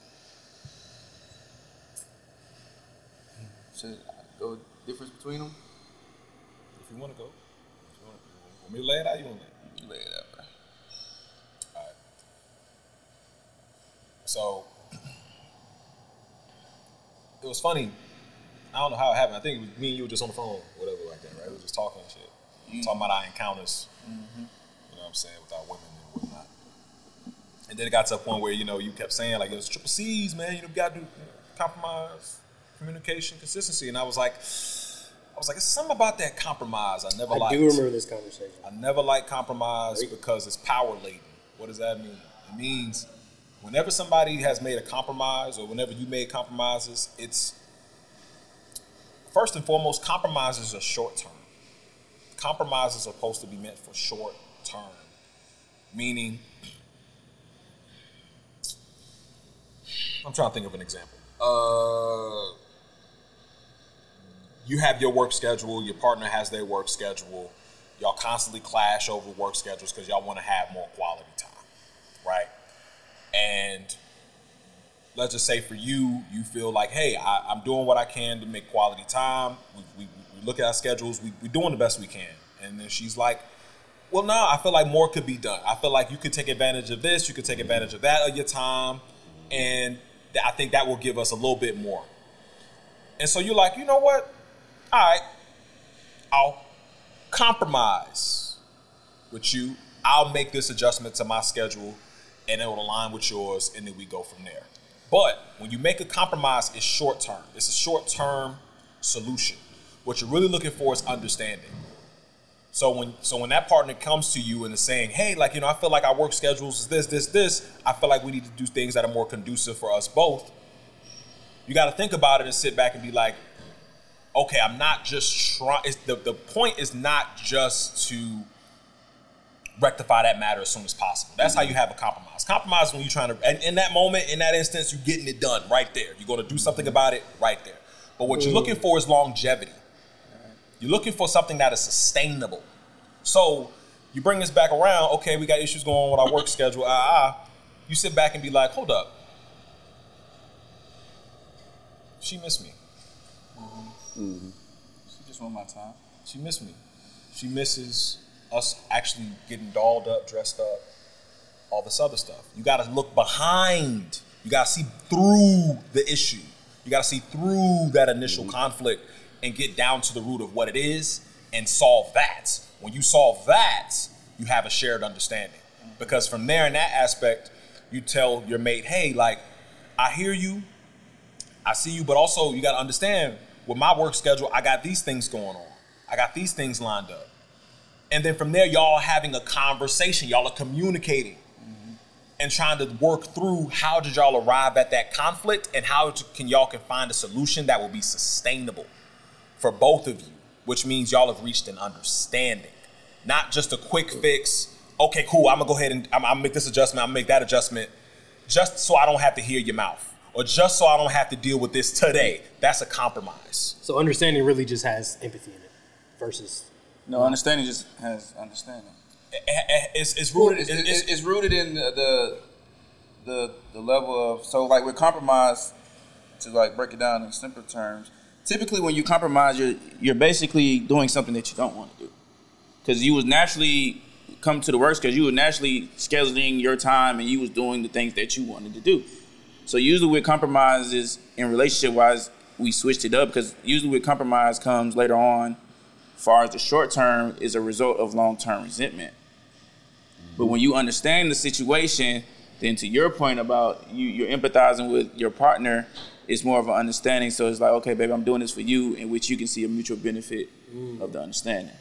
S4: Should I go difference between them?
S1: If you want to go, if you want, want me to lay it out, you want to lay it out.
S4: You lay it out, bro.
S1: So it was funny. I don't know how it happened. I think it was me and you were just on the phone, whatever, like that, right? We were just talking and shit,
S3: Mm-hmm.
S1: talking about our encounters. You know what I'm saying with our women and whatnot. And then it got to a point where you know you kept saying like it was triple C's, man. You know, got to do compromise, communication, consistency. And I was like, I was like, it's something about that compromise. I never
S3: I
S1: liked.
S3: do remember this conversation.
S1: I never like compromise because it's power laden. What does that mean? It means whenever somebody has made a compromise or whenever you made compromises, it's first and foremost, compromises are short term. Compromises are supposed to be meant for short term Meaning, I'm trying to think of an example. Uh, you have your work schedule, your partner has their work schedule. Y'all constantly clash over work schedules because y'all want to have more quality time, right? And let's just say for you, you feel like, hey, I, I'm doing what I can to make quality time. We, we, we look at our schedules, we, we're doing the best we can. And then she's like, well, no, I feel like more could be done. I feel like you could take advantage of this, you could take advantage of that of your time. And th- I think that will give us a little bit more. And so you're like, you know what? All right, I'll compromise with you. I'll make this adjustment to my schedule and it will align with yours, and then we go from there. But when you make a compromise, it's short term, it's a short term solution. What you're really looking for is understanding. So when so when that partner comes to you and is saying, "Hey, like you know, I feel like our work schedules is this, this, this. I feel like we need to do things that are more conducive for us both." You got to think about it and sit back and be like, "Okay, I'm not just trying. The the point is not just to rectify that matter as soon as possible. That's how you have a compromise. Compromise is when you're trying to, and in that moment, in that instance, you're getting it done right there. You're going to do something about it right there. But what you're looking for is longevity. You're looking for something that is sustainable. So you bring this back around. Okay, we got issues going on with our work schedule. Ah, ah. You sit back and be like, hold up. She missed me.
S4: She just want my time.
S1: She missed me. She misses us actually getting dolled up, dressed up, all this other stuff. You got to look behind. You got to see through the issue. You got to see through that initial conflict and get down to the root of what it is and solve that. When you solve that, you have a shared understanding. Because from there, in that aspect, you tell your mate, hey, like, I hear you, I see you, but also you got to understand with my work schedule, I got these things going on. I got these things lined up. And then from there, y'all having a conversation, y'all are communicating and trying to work through how did y'all arrive at that conflict and how to, can y'all can find a solution that will be sustainable for both of you, which means y'all have reached an understanding, not just a quick fix. Okay, cool. I'm gonna go ahead and I'm, I'm gonna make this adjustment. I'm gonna make that adjustment, just so I don't have to hear your mouth, or just so I don't have to deal with this today. That's a compromise.
S3: So understanding really just has empathy in it versus
S4: No, understanding just has understanding.
S1: Eh, eh, eh, It's, it's rooted.
S4: It's,
S1: it's-
S4: it's, it's rooted in the, the the the level of so like with compromise to like break it down in simpler terms. Typically, when you compromise, you're you're basically doing something that you don't want to do because you was naturally come to the works because you were naturally scheduling your time and you was doing the things that you wanted to do. So usually with compromises in relationship wise, we switched it up because usually with compromise comes later on. Far as the short term is a result of long term resentment. But when you understand the situation, then to your point about you, you're empathizing with your partner, it's more of an understanding. So it's like, okay, baby, I'm doing this for you, in which you can see a mutual benefit of the understanding.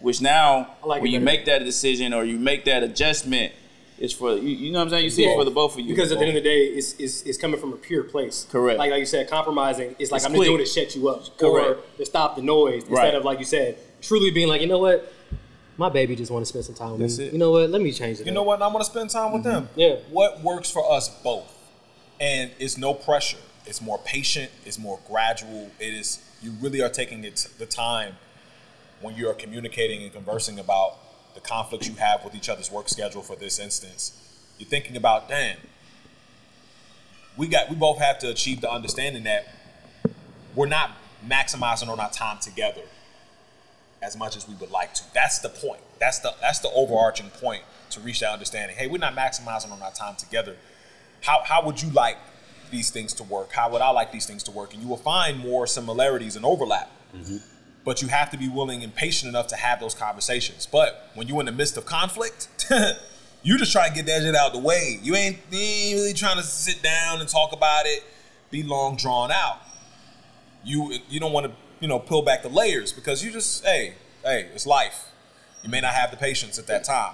S4: Which now,
S3: Mm. I like
S4: when
S3: it
S4: you
S3: better.
S4: make that decision or you make that adjustment, it's for you. You know what I'm saying? You see it for the both of you.
S3: Because at the end of the day, it's, it's, it's coming from a pure place.
S4: Correct.
S3: Like, like you said, compromising is like
S4: It's
S3: I'm just
S4: quick.
S3: doing to shut you up or
S4: Correct.
S3: to stop the noise instead
S4: Right.
S3: of like you said, truly being like, you know what, my baby just want to spend some time with
S4: That's
S3: me.
S4: it.
S3: You know what, let me change it.
S1: You know what? I want to spend time with them.
S3: Yeah.
S1: What works for us both, and it's no pressure. It's more patient. It's more gradual. It is. You really are taking it the time when you are communicating and conversing about the conflicts you have with each other's work schedule. For this instance, you're thinking about, damn, we got. We both have to achieve the understanding that we're not maximizing on our time together as much as we would like to. That's the point. That's the that's the overarching point to reach that understanding. Hey, we're not maximizing on our time together. How how would you like these things to work? How would I like these things to work? And you will find more similarities and overlap. But you have to be willing and patient enough to have those conversations. But when you're in the midst of conflict, you just trying to get that shit out the way. You ain't, you ain't really trying to sit down and talk about it, be long drawn out you you don't want to you know peel back the layers because you just hey hey it's life you may not have the patience at that time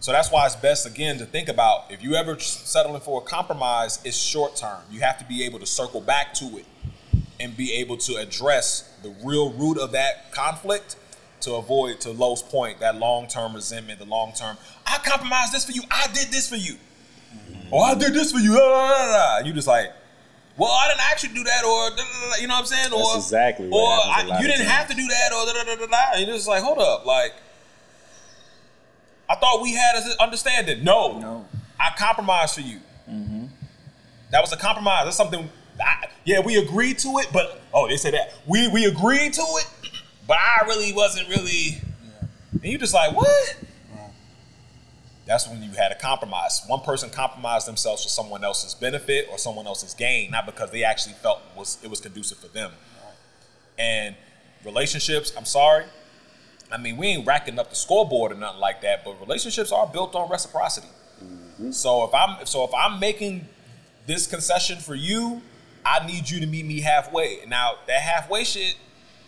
S1: so that's why it's best again to think about if you ever settling for a compromise it's short term you have to be able to circle back to it and be able to address the real root of that conflict to avoid to Lowe's point that long term resentment, the long term. I compromised this for you. I did this for you.
S2: Mm-hmm.
S1: Or I did this for you. Blah, blah, blah, blah. And you just like, well, I didn't actually do that, or da, da, da, da," you know what I'm saying,
S2: That's
S1: or
S2: exactly what
S1: or
S2: happens a
S1: I,
S2: lot
S1: you
S2: of
S1: didn't have to do that, or da da da da da. And you're just like, hold up, like. I thought we had an understanding. No,
S4: No.
S1: I compromised for you. That was a compromise. That's something. I, yeah, we agreed to it, but oh, they said that we we agreed to it, but I really wasn't really. And you just like what? That's when you had a compromise. One person compromised themselves for someone else's benefit or someone else's gain, not because they actually felt was it was conducive for them. And relationships, I'm sorry. I mean, we ain't racking up the scoreboard or nothing like that, but relationships are built on reciprocity. So if I'm so if I'm making this concession for you, I need you to meet me halfway. Now that halfway shit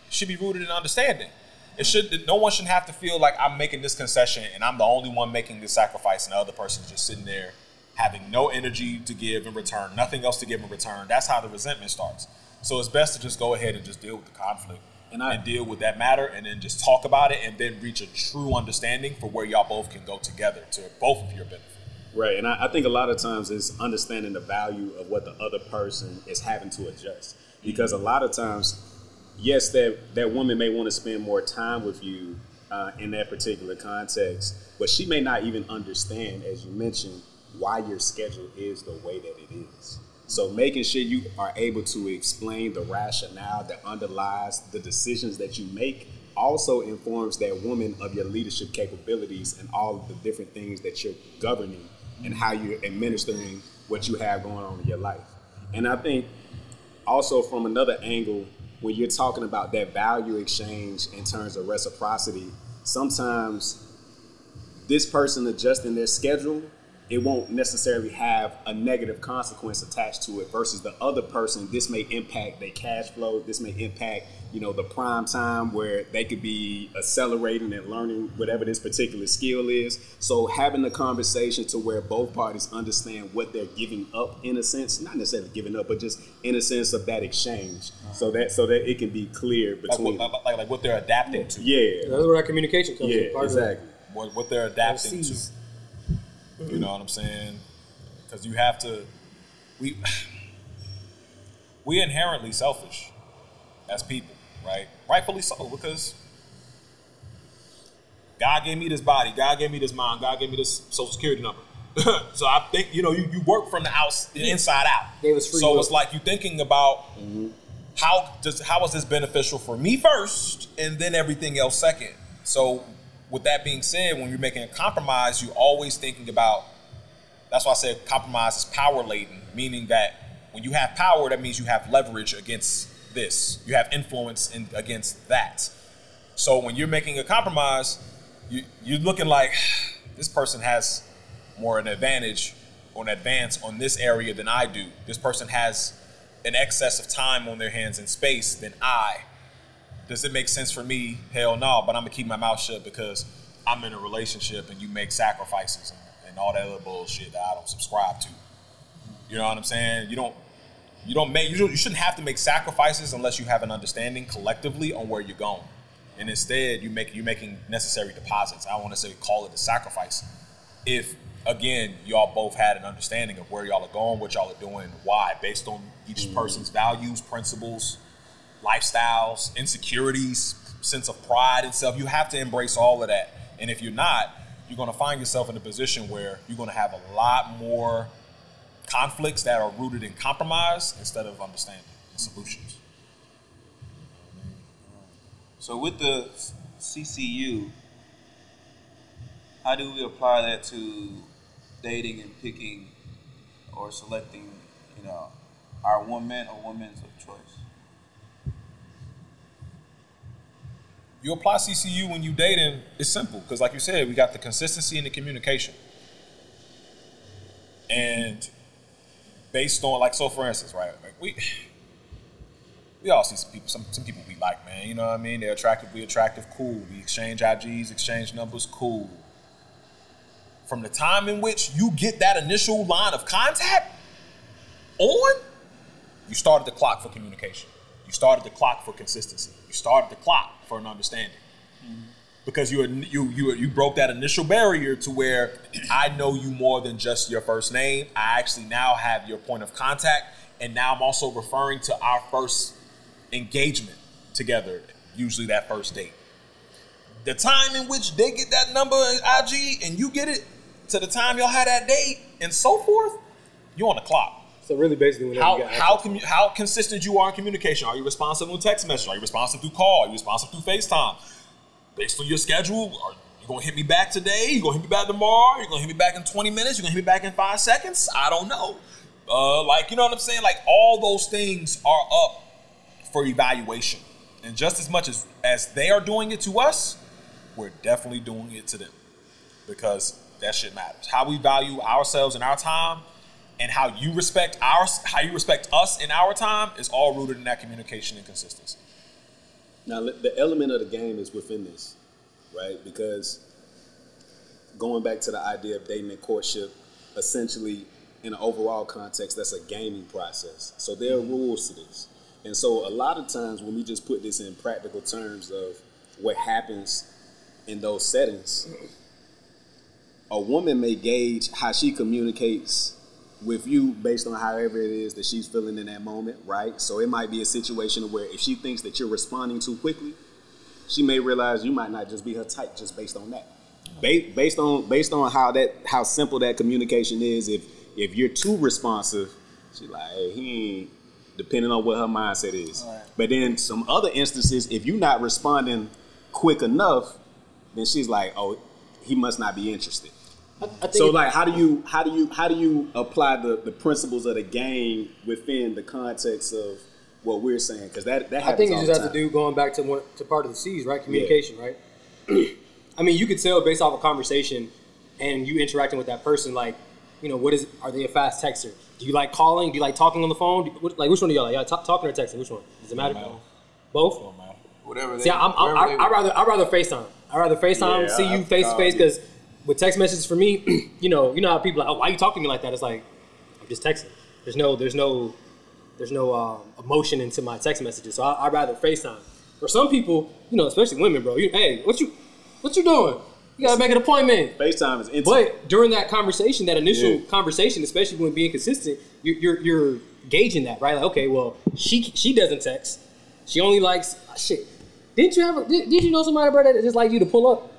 S1: should be rooted in understanding. It should no one should have to feel like I'm making this concession and I'm the only one making this sacrifice and the other person's just sitting there having no energy to give in return, nothing else to give in return. That's how the resentment starts. So it's best to just go ahead and just deal with the conflict and, I, and deal with that matter and then just talk about it and then reach a true understanding for where y'all both can go together to both of your benefit.
S2: Right, and I, I think a lot of times it's understanding the value of what the other person is having to adjust. Because a lot of times, yes, that, that woman may want to spend more time with you uh, in that particular context, but she may not even understand, as you mentioned, why your schedule is the way that it is. So making sure you are able to explain the rationale that underlies the decisions that you make also informs that woman of your leadership capabilities and all of the different things that you're governing and how you're administering what you have going on in your life. And I think also from another angle, when you're talking about that value exchange in terms of reciprocity, sometimes this person adjusting their schedule, it won't necessarily have a negative consequence attached to it versus the other person. This may impact their cash flow. This may impact, you know, the prime time where they could be accelerating and learning whatever this particular skill is. So having a conversation to where both parties understand what they're giving up in a sense, not necessarily giving up, but just in a sense of that exchange. So that so that it can be clear
S1: like
S2: between
S1: what, like, like- like what they're adapting to,
S2: Yeah.
S3: That's where our communication comes in.
S2: Yeah,
S3: Part of it.
S2: exactly.
S1: what, what they're adapting to.
S3: Overseas.
S1: You know what I'm saying? Because you have to. We we inherently selfish as people, right? Rightfully so, because God gave me this body, God gave me this mind, God gave me this social security number. so I think you know you, you work from the outs the inside out.
S3: Gave us free
S1: so
S3: will.
S1: it's like you thinking about how does how is this beneficial for me first and then everything else second so with that being said when you're making a compromise you're always thinking about that's why i said compromise is power laden meaning that when you have power that means you have leverage against this you have influence in, against that so when you're making a compromise you, you're looking like this person has more an advantage or an advance on this area than I do. This person has an excess of time on their hands and space than I. Does it make sense for me? Hell no, but I'm gonna keep my mouth shut because I'm in a relationship and you make sacrifices and, and all that other bullshit that I don't subscribe to. You know what I'm saying? You don't you don't make you, don't- you shouldn't have to make sacrifices unless you have an understanding collectively on where you're going. And instead, you make you're making necessary deposits. I want to say call it a sacrifice. If again, y'all both had an understanding of where y'all are going, what y'all are doing, why, based on each person's values, principles, lifestyles, insecurities, sense of pride and stuff. You have to embrace all of that. And if you're not, you're going to find yourself in a position where you're going to have a lot more conflicts that are rooted in compromise instead of understanding and solutions.
S4: So with the CCU, how do we apply that to dating and picking or selecting, you know, our woman or women's of choice?
S1: You apply CCU when you dating. It's simple because, like you said, we got the consistency and the communication. And based on like so, for instance, right? Like we we all see some people, some, some people we like, man. You know what I mean? They're attractive. We attractive. Cool. We exchange IGs, exchange numbers. Cool. From the time in which you get that initial line of contact on, you started the clock for communication. You started the clock for consistency. You started the clock for an understanding. because you are, you you you broke that initial barrier to where I know you more than just your first name. I actually now have your point of contact, and now I'm also referring to our first engagement together, usually that first date. The time in which they get that number in IG and you get it to the time y'all had that date and so forth, you on the clock.
S3: So really, basically, whenever you
S1: How
S3: got
S1: how commu- how consistent you are in communication? Are you responsive on text message? Are you responsive through call? Are you responsive through FaceTime? Based on your schedule, are you gonna hit me back today? You gonna hit me back tomorrow? You gonna hit me back in twenty minutes? You gonna hit me back in five seconds? I don't know. Uh, like you know what I'm saying? Like all those things are up for evaluation, and just as much as as they are doing it to us, we're definitely doing it to them because that shit matters. How we value ourselves and our time, and how you respect our how you respect us and our time is all rooted in that communication and consistency.
S2: Now, li- the element of the game is within this, right? Because going back to the idea of dating and courtship, essentially, in an overall context, that's a gaming process. So there are rules to this. And so a lot of times when we just put this in practical terms of what happens in those settings, a woman may gauge how she communicates with you based on however it is that she's feeling in that moment, right? So it might be a situation where if she thinks that you're responding too quickly, she may realize you might not just be her type just based on that. Ba- Based on based on how that how simple that communication is, if if you're too responsive, she like hey, he ain't, depending on what her mindset is.
S4: Right.
S2: But then some other instances, if you're not responding quick enough, then she's like, oh, he must not be interested.
S3: I, I think
S2: So
S3: it-
S2: like how do you how do you how do you apply the, the principles of the game within the context of what we're saying? Because that that
S3: I
S2: happens
S3: think it
S2: all the
S3: just has
S2: time.
S3: to do going back to one, to part of the C's, right? Communication, right? I mean, you could tell based off a conversation and you interacting with that person, like, you know, what is? Are they a fast texter? Do you like calling? Do you like talking on the phone? Do, what, like, which one do y'all like? Y'all talk, talking or texting? Which one? Does it matter? Both.
S4: Whatever. They,
S3: See, I'm, I'm,
S4: wherever
S3: I,
S4: they
S3: I rather I rather Facetime. I rather Facetime
S2: Yeah,
S3: see you
S2: I've
S3: face to
S2: called
S3: face
S2: you.
S3: because with text messages for me, you know, you know how people are like, oh, why you talking to me like that? It's like I'm just texting. There's no there's no there's no um, emotion into my text messages. So I, I'd rather FaceTime. For some people, you know, especially women, bro, you hey, what you what you doing? You gotta make an appointment.
S2: FaceTime is intimate.
S3: But during that conversation, that initial
S2: Yeah.
S3: conversation, especially when being consistent, you're, you're you're gauging that, right? Like, okay, well, she she doesn't text. She only likes ah, shit. Didn't you ever? Did, did you know somebody, bro, that just like you to pull up?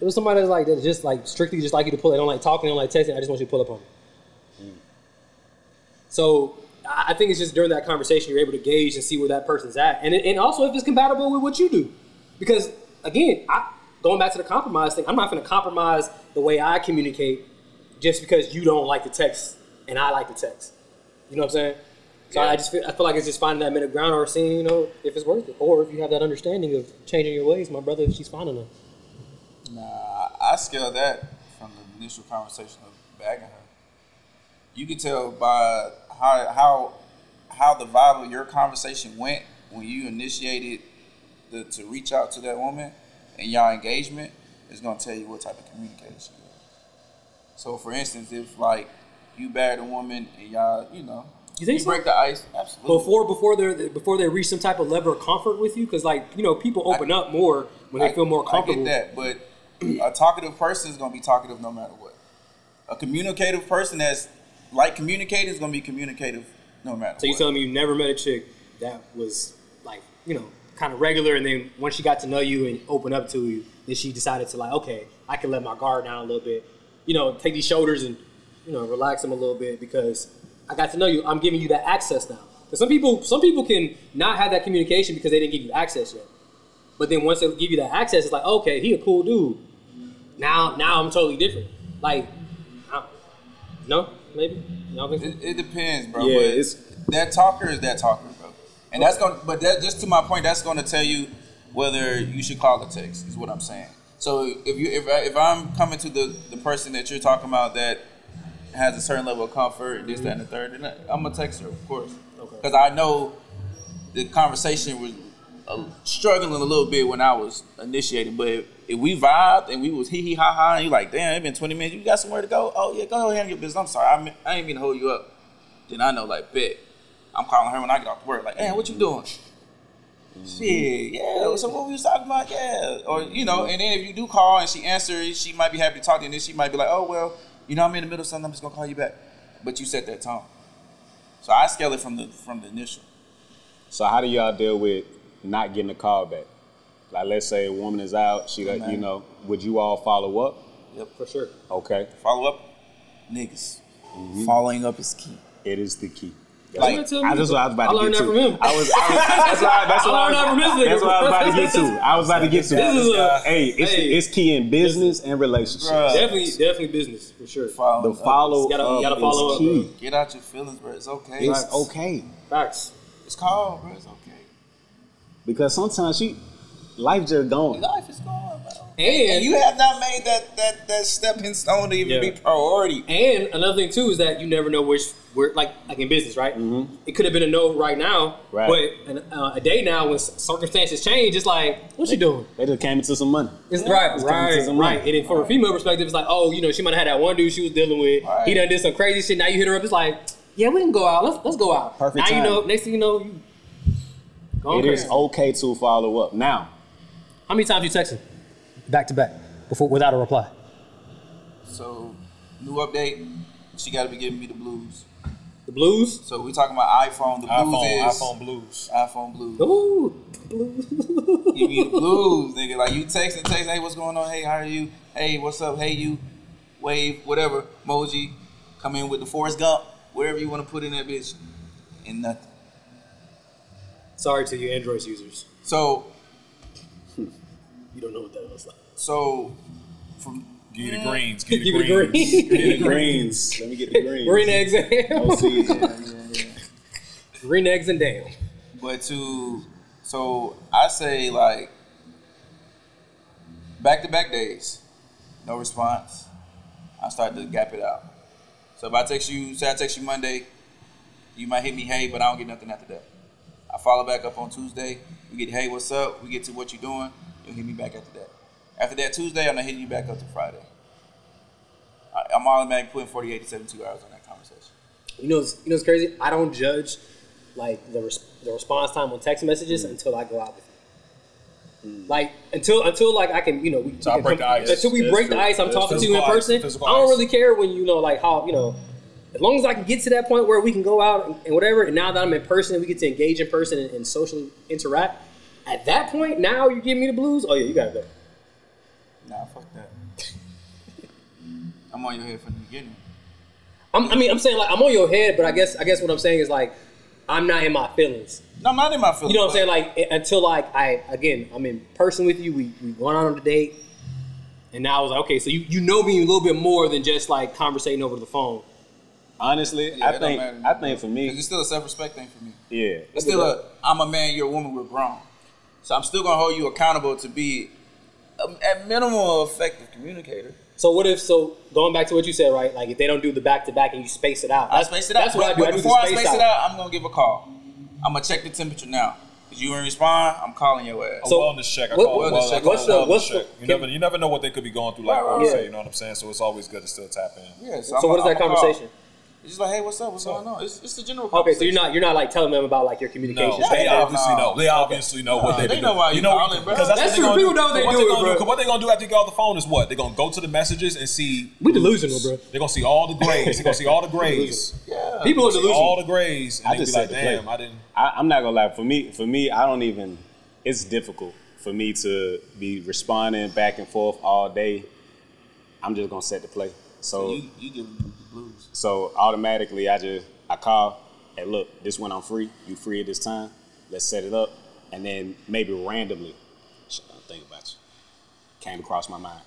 S3: There was somebody that's like that just like strictly just like you to pull. They don't like talking. They don't like texting. I just want you to pull up on me. So I I think it's just during that conversation you're able to gauge and see where that person's at, and and also if it's compatible with what you do, because again, I, going back to the compromise thing, I'm not going to compromise the way I communicate just because you don't like the text and I like the text. You know what I'm saying? So I just feel, I feel like it's just finding that middle ground or seeing you know if it's worth it or if you have that understanding of changing your ways, my brother, if she's finding them.
S4: Nah, I scale that from the initial conversation of bagging her. You could tell by how how how the vibe of your conversation went when you initiated the to reach out to that woman and y'all engagement is gonna tell you what type of communication. is. So, for instance, if like you bag a woman and y'all, you know,
S3: You think so?
S4: break the ice, absolutely.
S3: before before they before they reach some type of level of comfort with you because like you know people open up more when they
S4: I-
S3: feel more comfortable.
S4: I get that, but a talkative person is going to be talkative no matter what. A communicative person that's like communicating is going to be communicative no matter
S3: So you
S4: what.
S3: telling me you never met a chick that was like you know kind of regular, and then once she got to know you and open up to you, then she decided to like okay, I can let my guard down a little bit, you know, take these shoulders and you know relax them a little bit because I got to know you. I'm giving you that access now. Because some people some people can not have that communication because they didn't give you access yet. But then once they give you that access, it's like okay, he a cool dude. Now now I'm totally different. Like, I, no, maybe. Y'all think so?
S4: It, it depends, bro.
S2: Yeah,
S4: but
S2: it's-
S4: that talker is that talker, bro. And that's going, to but that just to my point, that's going to tell you whether you should call the text. Is what I'm saying. So if you if I, if I'm coming to the the person that you're talking about that has a certain level of comfort, this, that, and the third, then I- I'm gonna text her, of course,
S3: Okay.
S4: because I know the conversation was uh, struggling a little bit when I was initiating. But if, if we vibed and we was hee hee ha ha, and you like, damn, it been 20 minutes. You got somewhere to go? Oh yeah, go ahead and get business. I'm sorry, I, mean, I ain't mean to hold you up. Then I know, like, bet I'm calling her when I get off work. Like, hey, what you doing?
S3: Mm-hmm.
S4: Shit, yeah. So what we was talking about, yeah. Or you know, and then if you do call and she answers, she might be happy to talk to you, and then she might be like, oh well, you know, I'm in the middle of something, I'm just gonna call you back. But you set that tone. So I scale it from the from the initial.
S2: So how do y'all deal with not getting a call back? Like, let's say a woman is out, she, got- you
S4: Man.
S2: know, would you all follow up?
S3: for sure.
S2: Okay,
S4: Follow up, niggas.
S2: Mm-hmm.
S4: Following up is key.
S2: it is the key.
S4: Like,
S3: That's what
S2: I just what I was about to
S3: learned
S2: get
S3: that
S2: to.
S3: from him.
S2: I was, I was that's why, that's
S3: I
S2: why
S3: learned that
S2: I
S3: from this
S2: was,
S3: nigga.
S2: that's what I was about to get to. I was about to get to.
S3: This is a-
S2: hey, it's,
S3: hey.
S2: it's key in business and relationships.
S4: Bruh.
S3: Definitely, definitely business for sure.
S4: Following
S2: The
S4: up.
S2: follow
S3: Gotta-
S2: up
S3: gotta follow
S2: is
S3: up,
S2: key.
S3: bro.
S4: Get out your feelings, bro. It's okay.
S2: It's okay
S3: Facts.
S4: It's called, bro. It's okay.
S2: because sometimes she life just going.
S4: Life is gone, bro.
S3: And
S4: And you have not made that that that stepping stone to even
S3: Yeah.
S4: be priority.
S3: And another thing too is that you never know which where like like in business, right? Mm-hmm. It could have been a no right now,
S2: Right.
S3: but an, uh, a day now when c- circumstances change, it's like what you doing?
S2: They just came into some money.
S3: It's right,
S2: It's coming to
S3: right,
S2: some
S3: right.
S2: money.
S3: And then from a female perspective, it's like oh, you know, she might have had that one dude she was dealing with.
S4: Right.
S3: He done did some crazy shit. Now you hit her up, it's like yeah, we can go out. Let's let's go out.
S2: Perfect
S3: Now you know.
S2: timing.
S3: Next thing you know, you. Go
S2: It is
S3: crazy.
S2: okay to follow up. Now,
S3: How many times you texted back to back before without a reply?
S4: So, new update. She got to be giving me the blues.
S3: The blues.
S4: So we talking about iPhone. The blues
S1: iPhone,
S4: is
S1: iPhone blues.
S4: iPhone blues.
S3: Ooh, blues.
S4: Give me the blues, nigga. Like you text and text. Hey, what's going on? Hey, how are you? Hey, what's up? Hey, you. Wave, whatever. Moji, come in with the Forrest Gump, whatever you want to put in that bitch, and nothing.
S3: Sorry to you, Android users.
S4: So,
S3: You don't know what that looks like.
S4: so from
S1: Give you the greens. Give
S3: Give
S1: you
S3: it
S1: the greens.
S3: a green.
S2: greens. Let me get the greens.
S3: Green eggs and
S2: Oh, see,
S3: Green eggs and damn.
S4: But to so I say like back to back days, no response. I start to gap it out. So if I text you, say I text you Monday, you might hit me hey, but I don't get nothing after that. I follow back up on Tuesday. We get hey, what's up? We get to what you doing. You'll hit me back after that. After that Tuesday, I'm not hitting you back up to Friday. I, I'm automatically putting 48 to 72 hours on that conversation.
S3: You know, what's- you know, it's crazy. I don't judge like the res- the response time on text messages until I go out with you. Like until until like I can you know we,
S1: Till
S3: we
S1: I
S3: can
S1: break the
S3: come-
S1: ice.
S3: until we
S2: That's
S3: break
S2: true.
S3: the ice. I'm
S2: That's
S3: talking to you in
S1: physical ice.
S3: person.
S1: Physical
S3: I don't
S1: ice.
S3: really care when you know like how you know. As long as I can get to that point where we can go out and, and whatever, and now that I'm in person and we get to engage in person and, and socially interact, at that point now you give me the blues. Oh yeah, you gotta go.
S4: Nah, fuck that. I'm on your head from the beginning.
S3: I'm, I mean, I'm saying like I'm on your head, but I guess I guess what I'm saying is like I'm not in my feelings.
S4: No, I'm not in my feelings.
S3: You know what I'm
S4: but-
S3: saying? Like i- until like I again I'm in person with you. We we going out on a date, and now I was like, okay, so you you know me a little bit more than just like conversating over the phone.
S2: honestly,
S4: Yeah,
S2: I
S4: it don't
S2: think
S4: matter.
S2: I think for
S4: Because
S2: me,
S4: it's still a self-respect thing for me.
S2: yeah,
S4: It's still a, I'm a man, you're a woman, we're grown. So I'm still gonna hold you accountable to be, um, at minimum, an effective communicator.
S3: So what if so going back to what you said, right? Like if they don't do the back to back and you space it out,
S4: I space it out.
S3: That's what I
S4: But-
S3: do.
S4: but
S3: I do the
S4: before
S3: space
S4: I space
S3: out.
S4: it out, I'm gonna give a call. I'm gonna check the temperature now. Cause you didn't respond, I'm calling your ass.
S1: A
S3: So,
S1: wellness check. I
S3: what-
S1: call it
S4: what's
S1: wellness
S4: the-
S1: check. I call
S3: what's
S1: it
S3: the-
S1: wellness
S3: what's the-
S1: check. You never, you never know what they could be going through. Like
S4: Right,
S1: what
S4: right,
S1: you say,
S3: yeah.
S1: you know what I'm saying? So it's always good to still tap in.
S4: yeah,
S3: so what is that
S4: I'ma call.
S3: conversation?
S4: It's just like, hey, what's up? What's going on? It's, it's the general.
S3: Okay, so you're
S4: conversation.
S3: not you're not like telling them about like your
S1: No,
S3: communication.
S4: Yeah,
S1: they
S4: they
S1: obviously
S4: know.
S1: know. They obviously know what
S4: Nah,
S1: they
S4: they
S1: been
S4: know
S1: doing.
S4: why you
S1: you know,
S4: calling, bro.
S1: 'cause that's,
S3: That's
S1: what they
S3: true.
S1: gonna
S3: People
S1: do.
S3: know what they
S1: What
S3: doing,
S1: gonna
S3: bro.
S1: do- 'cause What they gonna do after you get off the phone is what? They gonna go to the messages and see.
S3: We delusional, bro.
S1: They're gonna see all the grades. They're gonna see all the grades.
S4: Yeah.
S3: People are
S1: All
S3: delusional.
S1: the grades. And
S2: I
S1: they be
S2: just
S1: like,
S2: said the play.
S1: damn, I didn't.
S2: I, I'm not gonna lie. For me, for me, I don't even. It's difficult for me to be responding back and forth all day. I'm just gonna set the play. So
S4: You, you give them the blues.
S2: So automatically, I just I call. Hey, look, this when I'm free. You free at this time? Let's set it up, and then maybe randomly, shit, I'm thinking about you. Came across my mind.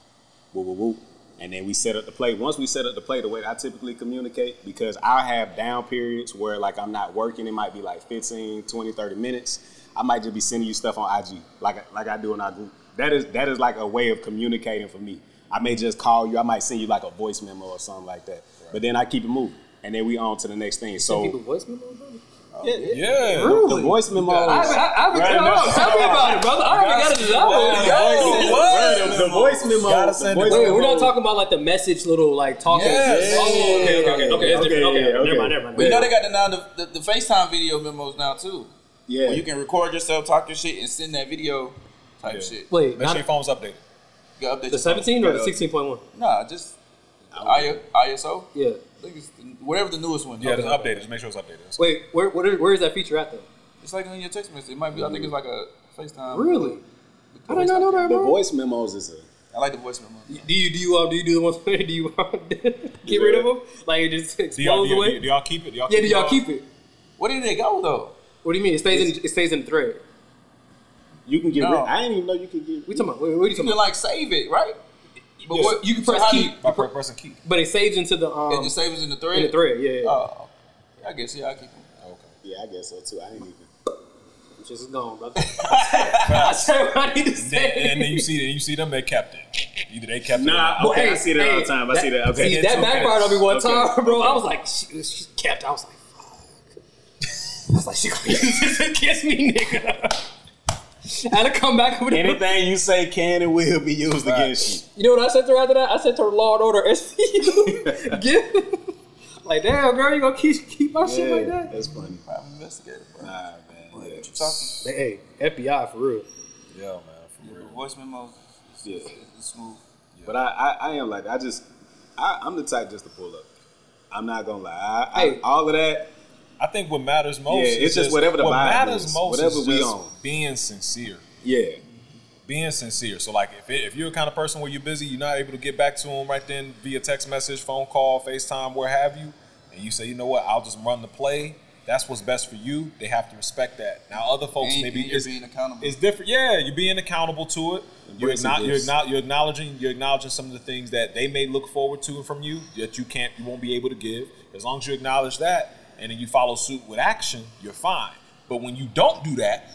S2: Woo, woo, woo. And then we set up the play. Once we set up the play, the way that I typically communicate, because I have down periods where like I'm not working, it might be like 15, 20, 30 minutes. I might just be sending you stuff on IG, like like I do in our group. That is that is like a way of communicating for me. I may just call you. I might send you like a voice memo or something like that. But then I keep it moving, and then we on to the next thing.
S3: People
S2: So
S3: voice memo, bro?
S1: Yeah.
S2: the voice memo.
S3: I haven't, I haven't, hold on, tell me about it, brother. I haven't got it.
S1: Word, word,
S3: done.
S1: word.
S2: the voice memo.
S1: Gotta
S2: the
S1: send it.
S2: voice
S3: Wait,
S2: memo-
S3: we're not talking about like the message little like talking.
S1: Yes.
S3: Oh, okay, okay, okay, okay. It's
S2: Okay,
S3: different. Okay,
S2: yeah,
S3: never
S2: okay.
S3: mind, never mind.
S4: We know they got the now the, the, the FaceTime video memos now too.
S2: Yeah.
S4: Where you can record yourself, talk your shit, and send that video type
S1: Yeah.
S4: shit.
S3: Wait,
S1: Make
S3: not
S1: sure your phone's updated.
S4: You can update
S3: the
S4: your phone.
S3: 17 or the
S4: Yeah.
S3: 16.1?
S4: Nah, just IO, ISO.
S3: Yeah.
S4: I think it's the- whatever the newest one.
S1: Yeah,
S4: Okay.
S1: it's updated. Just make sure it's updated. It's-
S3: Wait, where, where, is- where is that feature at though?
S4: It's like in your text message. It might be. I think it's like a FaceTime.
S3: Really? I did not know that,
S5: The
S3: bro.
S5: voice memos is a
S4: I like the voice memo.
S3: Do you do you uh, do you do the ones where do you uh, get rid of them? Like it just
S1: Do y'all,
S3: explodes
S1: do, y'all,
S3: away?
S1: do y'all keep it? Do y'all
S3: yeah, do y'all keep it?
S4: Where did it go though?
S3: What do you mean? It stays in it stays in the thread.
S5: you can get.
S4: No.
S5: rid I didn't even know you could get.
S3: We talking about? What, what are you
S4: You
S3: talking
S4: can
S3: about?
S4: like save it, right? But
S3: Yes. You can press
S4: how do
S3: keep.
S4: you-
S1: uh, By per person keep.
S3: But it saves into the um
S4: and just save it in the thread.
S3: in the thread. Yeah, yeah.
S4: Oh, yeah, I guess yeah, I keep it.
S1: Okay.
S5: Yeah, I guess so too. I didn't even.
S3: It's just gone, brother. I swear I need to
S1: Then,
S3: say.
S1: and then you see, you see them. They kept it. Either they kept it.
S2: Nah,
S1: Or
S3: Well,
S1: not.
S2: okay,
S3: hey,
S2: I see that all the
S3: hey,
S2: time. I see that. Okay,
S3: See,
S1: it's
S3: that
S1: okay.
S3: backfired on me one
S2: Okay.
S3: time, bro. I
S2: Okay.
S3: was like, she, she kept. I was like, fuck. I was like, she gonna use this against me, nigga. I had to come back with it.
S5: Anything you say can and will be used
S1: Right.
S5: against
S3: You know what I said to her after that? I said to her, Law and Order SVU. Get like, damn, girl, you gonna keep keep my
S5: you.
S3: shit
S5: Yeah,
S3: like that?
S5: that's funny.
S4: Private investigator. Bro.
S5: Nah, man. Yeah.
S4: What you talking?
S3: Hey, FBI for real.
S1: Yeah, man. For real.
S4: Voice memos. It's,
S5: Yeah.
S4: it's- it's smooth.
S5: But I, I, I am like, I just, I, I'm the type just to pull up. I'm not gonna lie. I,
S3: Hey.
S5: I, all of that,
S1: I think what matters most.
S5: Yeah,
S1: is
S5: it's just whatever the
S1: what
S5: vibe
S1: matters
S5: is,
S1: most
S5: whatever
S1: is
S5: we
S1: just
S5: on.
S1: being sincere.
S5: yeah.
S1: Being sincere. So like, if it, if you're the kind of person where you're busy, you're not able to get back to them right then via text message, phone call, Facetime, where have you, and you say, you know what, I'll just run the play. That's what's best for you. They have to respect that. Now, other folks
S4: And,
S1: maybe
S4: and you're
S1: it's-
S4: being accountable.
S1: It's different. Yeah, you're being accountable to it. You're,
S5: Embracing
S1: acknow- you're,
S5: this.
S1: acknow- you're acknowledging you're acknowledging some of the things that they may look forward to from you that you can't you won't be able to give. As long as you acknowledge that and then you follow suit with action, you're fine. But when you don't do that,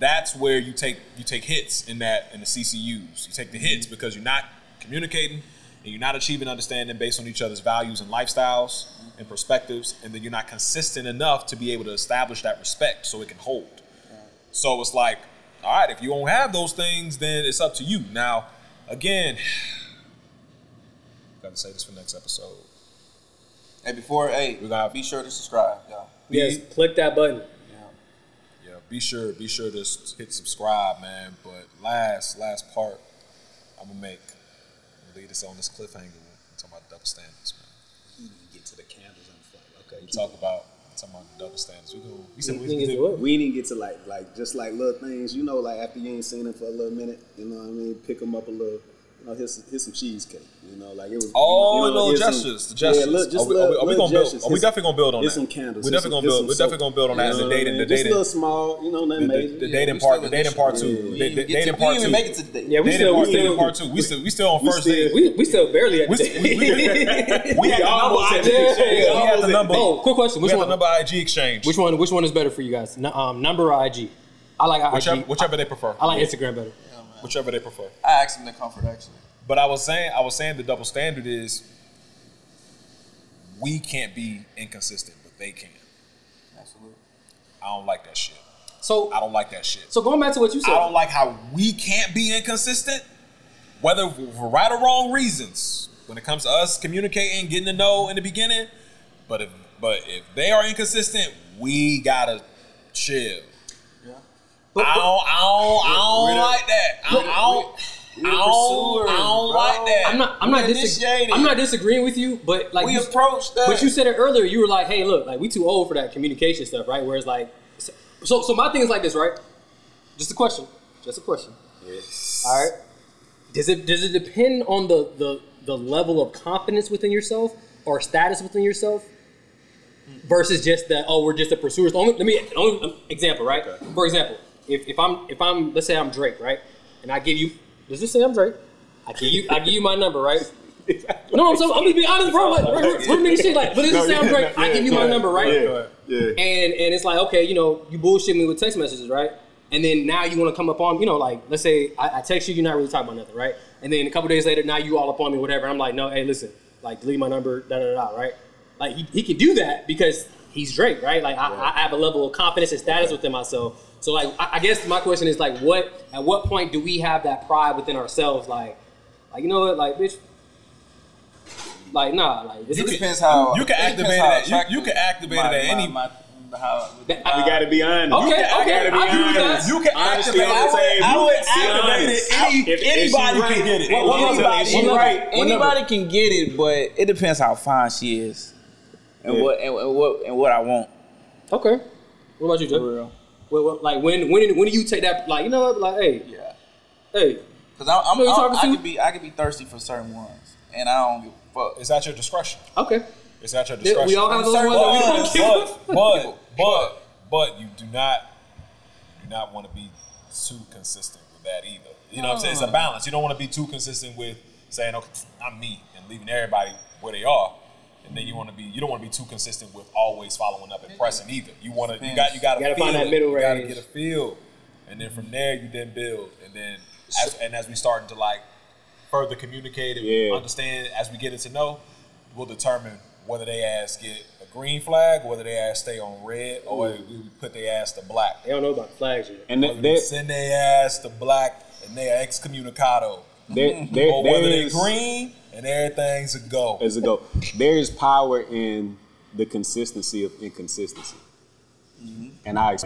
S1: that's where you take you take hits in that in the CCUs. You take the hits because you're not communicating and you're not achieving understanding based on each other's values and lifestyles and perspectives, and then you're not consistent enough to be able to establish that respect so it can hold. So it's like, all right, if you don't have those things, then it's up to you. Now, again, gotta say this for next episode.
S4: Hey, before hey,
S1: We gotta-
S4: be sure to subscribe, y'all.
S3: Yes, click that button.
S1: Yeah, be sure, be sure to s- hit subscribe, man. But last, last part, I'm gonna make I'm gonna lead us on this cliffhanger. We're talking about double standards, man.
S5: Get to the candles on fire.
S1: We
S5: Okay.
S1: talk about we're talking about double standards. We go. We said we
S3: Niggas
S1: did-
S3: do it.
S5: We didn't get to like, like just like little things, you know, like after you ain't seen them for a little minute, you know what I mean? Pick them up a little. You know, here's some, here's some cheesecake. You know, like it was.
S1: Oh,
S5: you know,
S1: the little
S5: here's some-
S1: gestures, the gestures.
S5: Yeah, look, just
S1: are we, are we,
S5: little-
S1: are we
S5: little
S1: gonna build?
S5: gestures.
S1: Are we
S5: Here's-
S1: definitely gonna build on
S5: here's
S1: that?
S5: some candles.
S1: We're
S5: Here's
S1: definitely
S5: some-
S1: gonna build. We're
S5: here's
S1: definitely
S5: some
S1: gonna build on
S5: soap.
S1: that.
S5: You
S1: as The
S5: know what I
S1: dating, the
S5: mean? Just
S1: dating,
S5: little small, you know, nothing
S1: the,
S5: major.
S1: the
S5: Yeah.
S1: dating
S4: we
S1: part, the
S4: still
S1: dating
S4: initial.
S1: part
S5: Yeah.
S1: two,
S5: We
S1: the-
S4: didn't
S1: the
S4: even get
S1: dating
S4: to-
S1: part
S4: we
S1: two.
S4: didn't even make it to the date.
S3: Yeah, we
S1: Dating
S3: still
S1: part,
S3: we
S1: dating
S3: still,
S1: part two. We still, we still on first
S5: still-
S1: date.
S3: we, we still barely at
S1: We
S3: the
S1: still- we- we- We had the number
S5: almost had
S1: IG
S5: the
S1: exchange.
S3: exchange.
S1: We had the number.
S3: Oh, quick question.
S1: We
S3: Which
S1: had the
S3: one?
S1: number IG exchange.
S3: Which one? Which one is better for you guys? N- um, number or IG? I like IG.
S1: Whichever, whichever they prefer.
S3: I like Instagram better.
S1: Whichever they prefer.
S4: I asked him to comfort actually.
S1: But I was saying, I was saying the double standard is we can't be inconsistent, but they can.
S4: Absolutely.
S1: I don't like that shit.
S3: So,
S1: I don't like that shit.
S3: so going back to what you said,
S1: I don't like how we can't be inconsistent, whether for right or wrong reasons. When it comes to us communicating, getting to know in the beginning, but if but if they are inconsistent, we gotta chill.
S4: Yeah.
S1: I don't, I don't, I
S4: We're
S1: don't
S4: the-
S1: like that. I don't, I don't,
S4: we're the
S1: I don't, I
S4: pursuers,
S1: don't
S4: bro.
S1: like that.
S3: I'm not. I'm not,
S4: We
S3: disag-
S4: initiated.
S3: I'm not disagreeing with you, but like,
S4: We
S3: you,
S4: approached that.
S3: but you said it earlier. You were like, "Hey, look, like we too old for that communication stuff, right?" Whereas like, so so my thing is like this, right? Just a question. Just a question. All right. Does it does it depend on the the the level of confidence within yourself or status within yourself versus just that? Oh, we're just a pursuers. Only, let me only um, example, right? For example, if, if I'm if I'm let's say I'm Drake, right, and I give you does this say I'm Drake? I give you I give you my number, right? No, I'm, so, I'm just being honest, bro. Like, real, real nigga shit. Like, but this is sound Drake. I give you my number, right?
S5: Yeah.
S3: and and it's like okay, you know, you bullshit me with text messages, right? And then now you want to come up on, you know, like let's say I, I text you, you're not really talking about nothing, right? And then a couple days later, now you all up on me, whatever. I'm like, no, hey, listen, like delete my number, da da da, da, right? Like he, he can do that because he's Drake, right? Like I, I have a level of confidence and status within myself. So like I, I guess my question is like, what at what point do we have that pride within ourselves? Like, like you know what, like bitch, like nah, like this
S4: It
S3: is
S4: depends how
S1: you can
S4: it depends
S1: activate
S4: how
S1: it at- you- you
S4: attractive
S1: can activate it
S4: my-
S1: at
S4: my-
S1: any-
S4: my, my, after how.
S3: That-
S2: We
S3: I-
S2: gotta be honest.
S3: Okay, okay, I agree with that.
S1: You can
S2: Honesty
S1: activate
S2: on the
S1: I would- I
S2: table.
S1: would activate
S2: Be
S1: it.
S2: honest.
S1: Any-
S2: If- if she
S1: anybody
S2: right,
S1: can get it.
S2: one- one
S1: Anybody-
S2: level, if she
S3: one level.
S2: right,
S3: One level.
S4: Anybody can get it, but it depends how fine she is, and
S2: Yeah.
S4: what and, and what and what I want.
S3: Okay. What about you, Jay?
S4: For real.
S3: Well, well, like when when when do you take that? Like you know, what? like hey,
S4: Yeah.
S3: hey,
S4: Cause I'm, I'm,
S3: Who you
S4: I'm-
S3: talking
S4: i
S3: to?
S4: could be I could be thirsty for certain ones, and I don't give a fuck.
S1: It's at your discretion.
S3: okay.
S1: It's at your
S3: Yeah,
S1: discretion.
S3: we all have those ones
S4: Certain
S3: that we don't
S4: ones,
S3: give a
S1: but,
S3: fuck.
S1: but but but you do not you do not want to be too consistent with that either. You know what I'm saying? It's a balance. You don't want to be too consistent with saying, "Okay, I'm me," and leaving everybody where they are. And then you want to be you don't want to be too consistent with always following up and pressing either. You want to you got you got to
S3: Gotta find that middle
S1: You got to
S3: range.
S1: get a feel, and then from there you then build, and then as, and as we starting to like further communicate and
S2: Yeah.
S1: understand as we get it to know, will determine whether they ass get a green flag, whether they ass stay on red, or we would put their ass to black.
S3: They don't know about flags yet.
S2: And
S1: Whether
S2: that,
S1: we
S2: that,
S1: send their ass to black and they are excommunicado,
S2: that, there-
S1: Mm-hmm. or
S2: there
S1: whether they
S2: is-
S1: green and everything's a go.
S2: as a go. There
S1: Mm-hmm.
S2: is power in the consistency of inconsistency, and I explain.